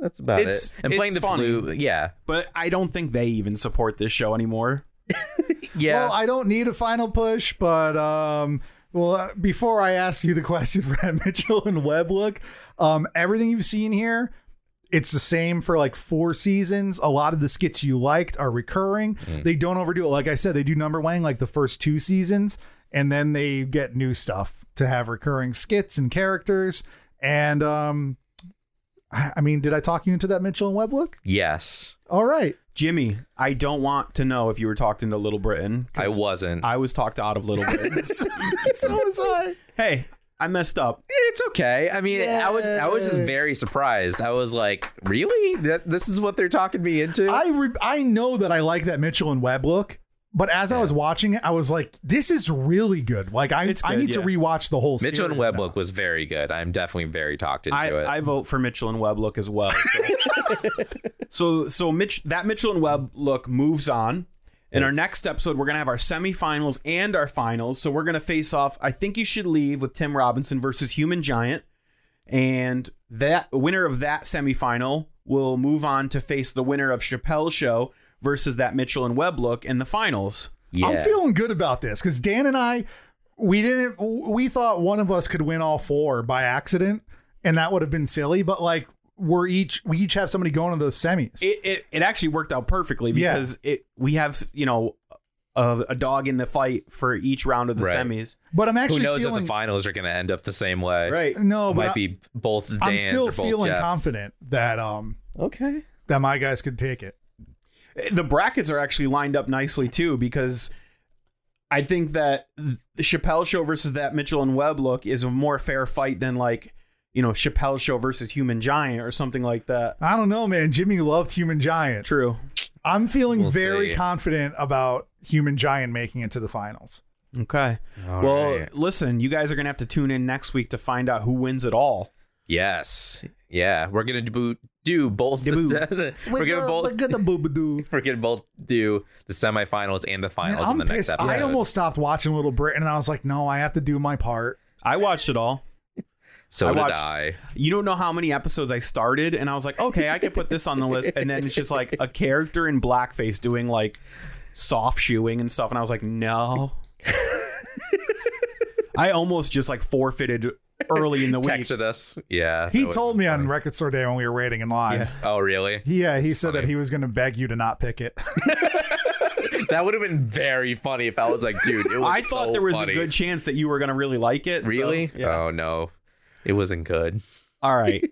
[SPEAKER 1] That's about
[SPEAKER 4] It's-
[SPEAKER 1] it. And
[SPEAKER 4] it's
[SPEAKER 1] playing the
[SPEAKER 4] funny.
[SPEAKER 1] flute. Yeah.
[SPEAKER 4] But I don't think they even support this show anymore.
[SPEAKER 1] Yeah.
[SPEAKER 3] Well, I don't need a final push, but um, well, uh, before I ask you the question for that Mitchell and Webb look, um, everything you've seen here, it's the same for like four seasons. A lot of the skits you liked are recurring. They don't overdo it. Like I said, they do number wang like the first two seasons, and then they get new stuff to have recurring skits and characters. And um, I I mean, did I talk you into that Mitchell and Webb look?
[SPEAKER 1] yes.
[SPEAKER 3] All right.
[SPEAKER 4] Jimmy, I don't want to know if you were talked into Little Britain. 'cause
[SPEAKER 1] I wasn't.
[SPEAKER 4] I was talked out of Little Britain.
[SPEAKER 1] it's,
[SPEAKER 3] So was I.
[SPEAKER 4] hey, I messed up.
[SPEAKER 1] it's okay. I mean, I was I was just
[SPEAKER 3] Yeah.
[SPEAKER 1] very surprised. I was like, really? That, this is what they're talking me into?
[SPEAKER 3] I re- I know that I like that Mitchell and Webb look, but as I was watching it, I was like, "This is really good." Like I,
[SPEAKER 4] It's
[SPEAKER 3] I
[SPEAKER 4] good,
[SPEAKER 3] need to
[SPEAKER 4] yeah.
[SPEAKER 3] rewatch the whole.
[SPEAKER 1] Mitchell and
[SPEAKER 3] series
[SPEAKER 1] Webb
[SPEAKER 3] now.
[SPEAKER 1] look was very good. I'm definitely very talked into
[SPEAKER 4] I,
[SPEAKER 1] it.
[SPEAKER 4] I vote for Mitchell and Webb look as well. so so Mitch that Mitchell and Webb look moves on. In our next episode, we're gonna have our semifinals and our finals. So we're gonna face off. I think you should leave with Tim Robinson versus Human Giant, and that winner of that semifinal will move on to face the winner of Chappelle's Show versus that Mitchell and Webb look in the finals.
[SPEAKER 1] yeah.
[SPEAKER 3] I'm feeling good about this because Dan and I we didn't we thought one of us could win all four by accident and that would have been silly but like we're each we each have somebody going to those semis
[SPEAKER 4] it, it, it actually worked out perfectly
[SPEAKER 3] Yeah.
[SPEAKER 4] because it we have you know a, a dog in the fight for each round of the
[SPEAKER 1] Right.
[SPEAKER 4] semis.
[SPEAKER 3] but i'm actually
[SPEAKER 1] Who knows if
[SPEAKER 3] feeling
[SPEAKER 1] the finals are going to end up the same way?
[SPEAKER 3] no
[SPEAKER 1] It
[SPEAKER 3] but
[SPEAKER 1] might
[SPEAKER 3] I-
[SPEAKER 1] be both Dan's
[SPEAKER 3] i'm still
[SPEAKER 1] or both
[SPEAKER 3] feeling
[SPEAKER 1] Jeff's.
[SPEAKER 3] confident that um
[SPEAKER 4] Okay.
[SPEAKER 3] that my guys could take it
[SPEAKER 4] The brackets are actually lined up nicely too because I think that the Chappelle Show versus that Mitchell and Webb look is a more fair fight than like you know Chappelle Show versus Human Giant or something like that.
[SPEAKER 3] i don't know man jimmy loved human giant
[SPEAKER 4] True.
[SPEAKER 3] i'm feeling
[SPEAKER 1] We'll
[SPEAKER 3] very
[SPEAKER 1] see.
[SPEAKER 3] confident about human giant making it to the finals
[SPEAKER 4] Okay.
[SPEAKER 1] All
[SPEAKER 4] well,
[SPEAKER 1] right.
[SPEAKER 4] listen, you guys are gonna have to tune in next week to find out who wins it all.
[SPEAKER 1] Yes. Yeah. We're going to do, do both. The,
[SPEAKER 4] Debut.
[SPEAKER 1] se- we're going to both.
[SPEAKER 3] Look at the boobadoo.
[SPEAKER 1] We're gonna both do the semifinals and the
[SPEAKER 3] Man,
[SPEAKER 1] finals in
[SPEAKER 3] i'm
[SPEAKER 1] the next
[SPEAKER 3] pissed
[SPEAKER 1] episode.
[SPEAKER 3] i almost stopped watching little britain and i was like no i have to do my part
[SPEAKER 4] I watched it all.
[SPEAKER 1] so
[SPEAKER 4] I
[SPEAKER 1] did
[SPEAKER 4] watched-
[SPEAKER 1] I.
[SPEAKER 4] you don't know how many episodes I started, and I was like, okay, I could put this on the list, and then it's just like a character in blackface doing like soft shoeing and stuff, and I was like, no. I almost just like forfeited early in the week.
[SPEAKER 1] Texted us. Yeah.
[SPEAKER 3] He
[SPEAKER 1] that was-
[SPEAKER 3] told me on record store day when we were waiting in line.
[SPEAKER 4] Yeah.
[SPEAKER 1] Oh really?
[SPEAKER 3] He, uh, he said that he was going to beg you to not pick it.
[SPEAKER 1] That would have been very funny if I was like, dude, it was
[SPEAKER 4] I thought
[SPEAKER 1] so
[SPEAKER 4] there was
[SPEAKER 1] funny.
[SPEAKER 4] a good chance that you were gonna really like it. so-
[SPEAKER 1] Really?
[SPEAKER 4] yeah.
[SPEAKER 1] Oh no. It wasn't good.
[SPEAKER 4] All right.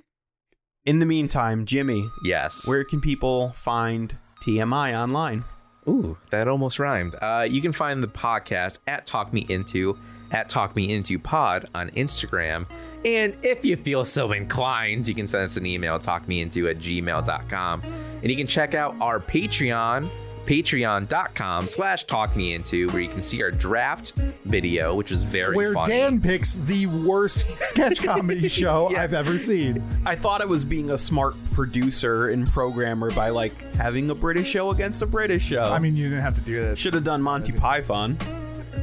[SPEAKER 4] In the meantime, Jimmy,
[SPEAKER 1] Yes.
[SPEAKER 4] where can people find TMI online?
[SPEAKER 1] Ooh, that almost rhymed. Uh, you can find the podcast at Talk Me Into, at Talk Me Into Pod on Instagram. And if you feel so inclined, you can send us an email, talkmeinto at gmail.com. And you can check out our Patreon, patreon.com slash talkmeinto, where you can see our draft video, which was very
[SPEAKER 3] Where
[SPEAKER 1] funny.
[SPEAKER 3] Dan picks the worst sketch comedy show I've ever seen.
[SPEAKER 4] I thought I was being a smart producer and programmer by like having a British show against a British show.
[SPEAKER 3] I mean, you didn't have to do this.
[SPEAKER 4] Should have done Monty Python.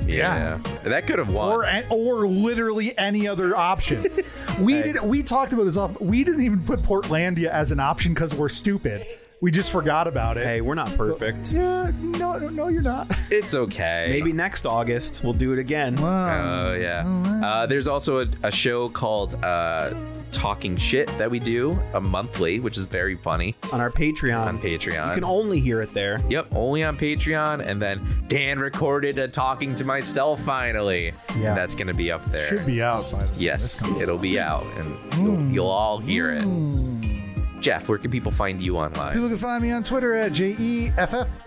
[SPEAKER 1] yeah. That could have won.
[SPEAKER 3] Or, a- or literally any other option. We did. We talked about this. Off, we didn't even put Portlandia as an option because we're stupid. We just forgot about it.
[SPEAKER 4] Hey, we're not perfect.
[SPEAKER 3] Yeah. No. No, you're not. Um,
[SPEAKER 1] it's okay.
[SPEAKER 4] Maybe next August we'll do it again.
[SPEAKER 1] Oh yeah. Uh, there's also a, a show called uh, Talking Shit that we do a monthly, which is very funny
[SPEAKER 4] on our Patreon.
[SPEAKER 1] on Patreon.
[SPEAKER 4] You can only hear it there.
[SPEAKER 1] Yep, only on Patreon. And then Dan recorded a talking to myself finally.
[SPEAKER 3] Yeah.
[SPEAKER 1] And that's gonna be up there.
[SPEAKER 3] Should be out by the time this
[SPEAKER 1] Yes,
[SPEAKER 3] comes out.
[SPEAKER 1] it'll be out, and you'll, you'll all hear it.
[SPEAKER 3] Hmm.
[SPEAKER 1] Jeff, where can people find you online?
[SPEAKER 3] People can find me on Twitter at E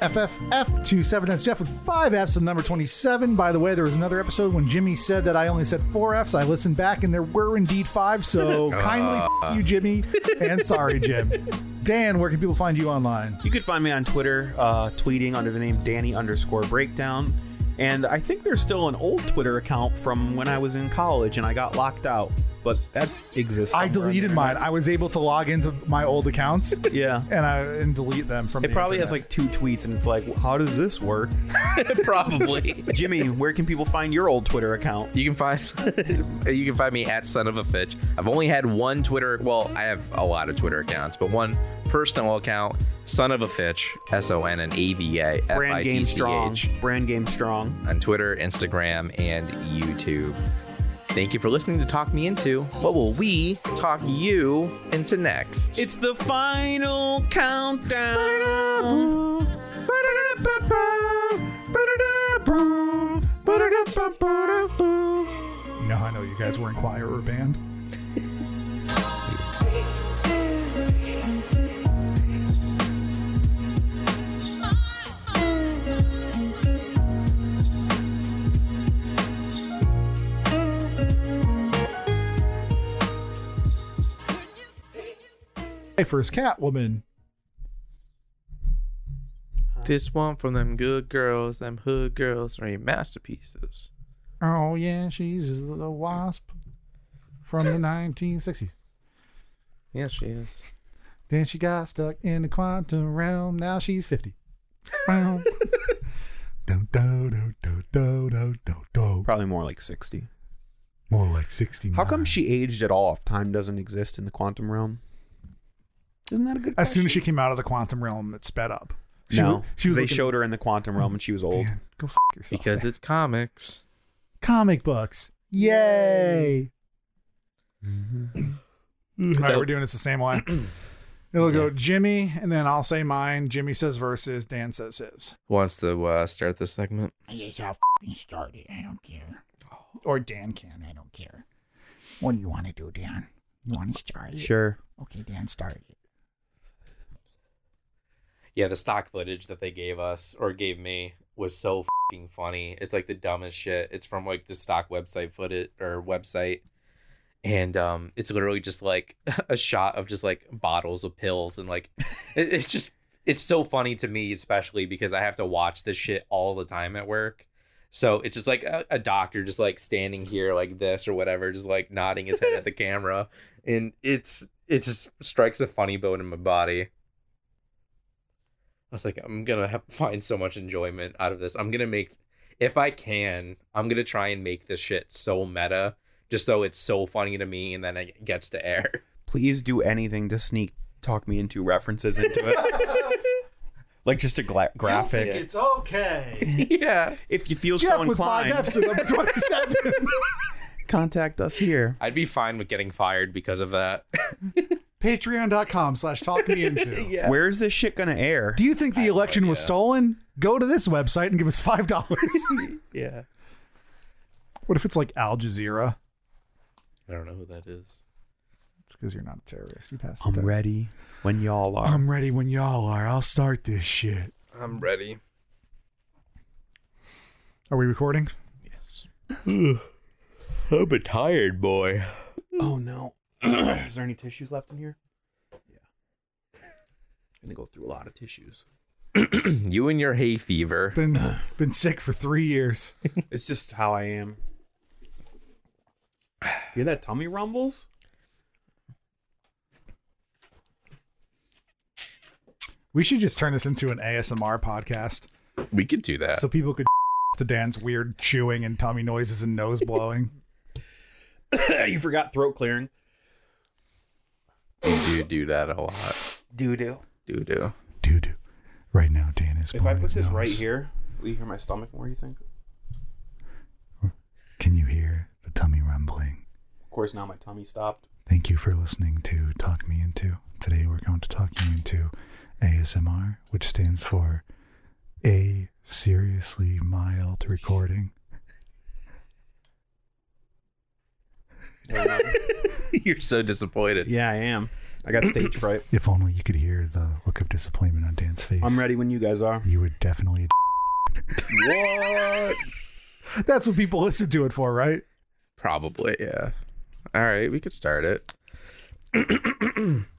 [SPEAKER 3] JEFFFFF27. That's Jeff with five F's and number 27. By the way, there was another episode when Jimmy said that I only said four F's. I listened back and there were indeed five. So kindly f- you, Jimmy. And sorry, Jim. Dan, where can people find you online?
[SPEAKER 4] You could find me on Twitter, uh, tweeting under the name Danny underscore breakdown. And I think there's still an old Twitter account from when I was in college and I got locked out, but that exists.
[SPEAKER 3] I
[SPEAKER 4] somewhere on
[SPEAKER 3] deleted
[SPEAKER 4] the
[SPEAKER 3] mine. I was able to log into my old accounts
[SPEAKER 4] internet. Yeah.
[SPEAKER 3] and I and delete them from.
[SPEAKER 4] It
[SPEAKER 3] the
[SPEAKER 4] probably has
[SPEAKER 3] internet.
[SPEAKER 4] like two tweets, and it's like, how does this work?
[SPEAKER 1] Probably.
[SPEAKER 4] Jimmy, where can people find your old Twitter account?
[SPEAKER 1] You can find you can find me at son of a fitch. I've only had one Twitter. Well, I have a lot of Twitter accounts, but one personal account, son of a fitch, S O N N A V A F I
[SPEAKER 4] Brand
[SPEAKER 1] T
[SPEAKER 4] Game
[SPEAKER 1] C
[SPEAKER 4] Strong.
[SPEAKER 1] H
[SPEAKER 4] Brand Game Strong.
[SPEAKER 1] on Twitter, Instagram, and YouTube. Thank you for listening to Talk Me Into. What will we talk you into next?
[SPEAKER 4] It's the final countdown.
[SPEAKER 3] You know, how I know you guys were in choir or band. My first Catwoman.
[SPEAKER 1] this one from them good girls, them hood girls, are your masterpieces.
[SPEAKER 3] Oh yeah, she's the wasp from the 1960s.
[SPEAKER 1] Yeah, she is.
[SPEAKER 3] Then she got stuck in the quantum realm. Now she's 50. do, do, do, do, do, do, do, do.
[SPEAKER 4] Probably more like 60.
[SPEAKER 3] More like 60.
[SPEAKER 4] How come she aged at all if time doesn't exist in the quantum realm? Isn't that a good question?
[SPEAKER 3] As soon as she came out of the quantum realm, it sped up. She,
[SPEAKER 4] no,
[SPEAKER 3] She was
[SPEAKER 4] they
[SPEAKER 3] looking-
[SPEAKER 4] showed her in the quantum realm and she was old.
[SPEAKER 3] Dan, go f- yourself.
[SPEAKER 1] Because it's comics.
[SPEAKER 3] comic books. Yay.
[SPEAKER 4] Mm-hmm.
[SPEAKER 3] All right, we're doing this the same way. It'll go Jimmy, and then I'll say mine. Jimmy says versus, Dan says his.
[SPEAKER 1] Who wants to uh, start this segment?
[SPEAKER 5] Yes, I'll f***ing start it. I don't care.
[SPEAKER 3] Or Dan can.
[SPEAKER 5] I don't care. What do you want to do, Dan? You want to start it?
[SPEAKER 4] Sure.
[SPEAKER 5] Okay, Dan, start it.
[SPEAKER 1] Yeah, the stock footage that they gave us or gave me was so fucking funny. It's like the dumbest shit. It's from like the stock website footage or website. And um, it's literally just like a shot of just like bottles of pills and like it- it's just it's so funny to me, especially because I have to watch this shit all the time at work. So it's just like a, a doctor just like standing here like this or whatever, just like nodding his head at the camera, and it's it just strikes a funny bone in my body. I was like, I'm gonna have, find so much enjoyment out of this. I'm gonna make, if I can, I'm gonna try and make this shit so meta, just so it's so funny to me, and then it gets to air.
[SPEAKER 4] Please do anything to sneak talk me into references into it. like just a gla- graphic.
[SPEAKER 3] It's okay.
[SPEAKER 1] yeah,
[SPEAKER 4] If you feel
[SPEAKER 3] Jeff
[SPEAKER 4] so
[SPEAKER 3] with five
[SPEAKER 4] inclined,
[SPEAKER 3] F's in number 27.
[SPEAKER 4] contact us here.
[SPEAKER 1] I'd be fine with getting fired because of that.
[SPEAKER 3] Patreon.com slash talk me into.
[SPEAKER 4] Where is this shit gonna air?
[SPEAKER 3] Do you think the election was stolen? Go to this website and give us five dollars.
[SPEAKER 1] yeah,
[SPEAKER 3] what if it's like Al Jazeera?
[SPEAKER 1] I don't know who that is.
[SPEAKER 3] It's because you're not a terrorist. You passed. the
[SPEAKER 4] I'm
[SPEAKER 3] test.
[SPEAKER 4] ready when y'all are.
[SPEAKER 3] I'm ready when y'all are. I'll start this shit.
[SPEAKER 1] I'm ready.
[SPEAKER 3] Are we recording?
[SPEAKER 4] I'm a tired boy. Oh no. Is there any tissues left in here? Yeah. Gonna go through a lot of tissues.
[SPEAKER 1] You and your hay fever.
[SPEAKER 3] Been been sick for three years.
[SPEAKER 4] It's just how I am. Hear that tummy rumbles?
[SPEAKER 3] We should just turn this into an ASMR podcast
[SPEAKER 1] We could do that.
[SPEAKER 3] so people could to Dan's weird chewing and tummy noises and nose blowing.
[SPEAKER 4] you forgot throat clearing.
[SPEAKER 1] you do do that a lot.
[SPEAKER 4] Doo doo.
[SPEAKER 1] Do do.
[SPEAKER 3] Dude, right now Dan is.
[SPEAKER 4] If I
[SPEAKER 3] blowing
[SPEAKER 4] put
[SPEAKER 3] his
[SPEAKER 4] this
[SPEAKER 3] nose.
[SPEAKER 4] right here, will you hear my stomach more, you think?
[SPEAKER 3] can you hear the tummy rumbling?
[SPEAKER 4] Of course now my tummy stopped.
[SPEAKER 3] Thank you for listening to Talk Me Into. Today we're going to talk you into ASMR, which stands for A Seriously Mild Recording.
[SPEAKER 1] You're so disappointed.
[SPEAKER 4] yeah, I am. I got stage fright.
[SPEAKER 3] If only you could hear the look of disappointment on Dan's face.
[SPEAKER 4] I'm ready when you guys are.
[SPEAKER 3] You would definitely.
[SPEAKER 4] What?
[SPEAKER 3] That's what people listen to it for, right?
[SPEAKER 1] Probably. Yeah. All right, we could start it.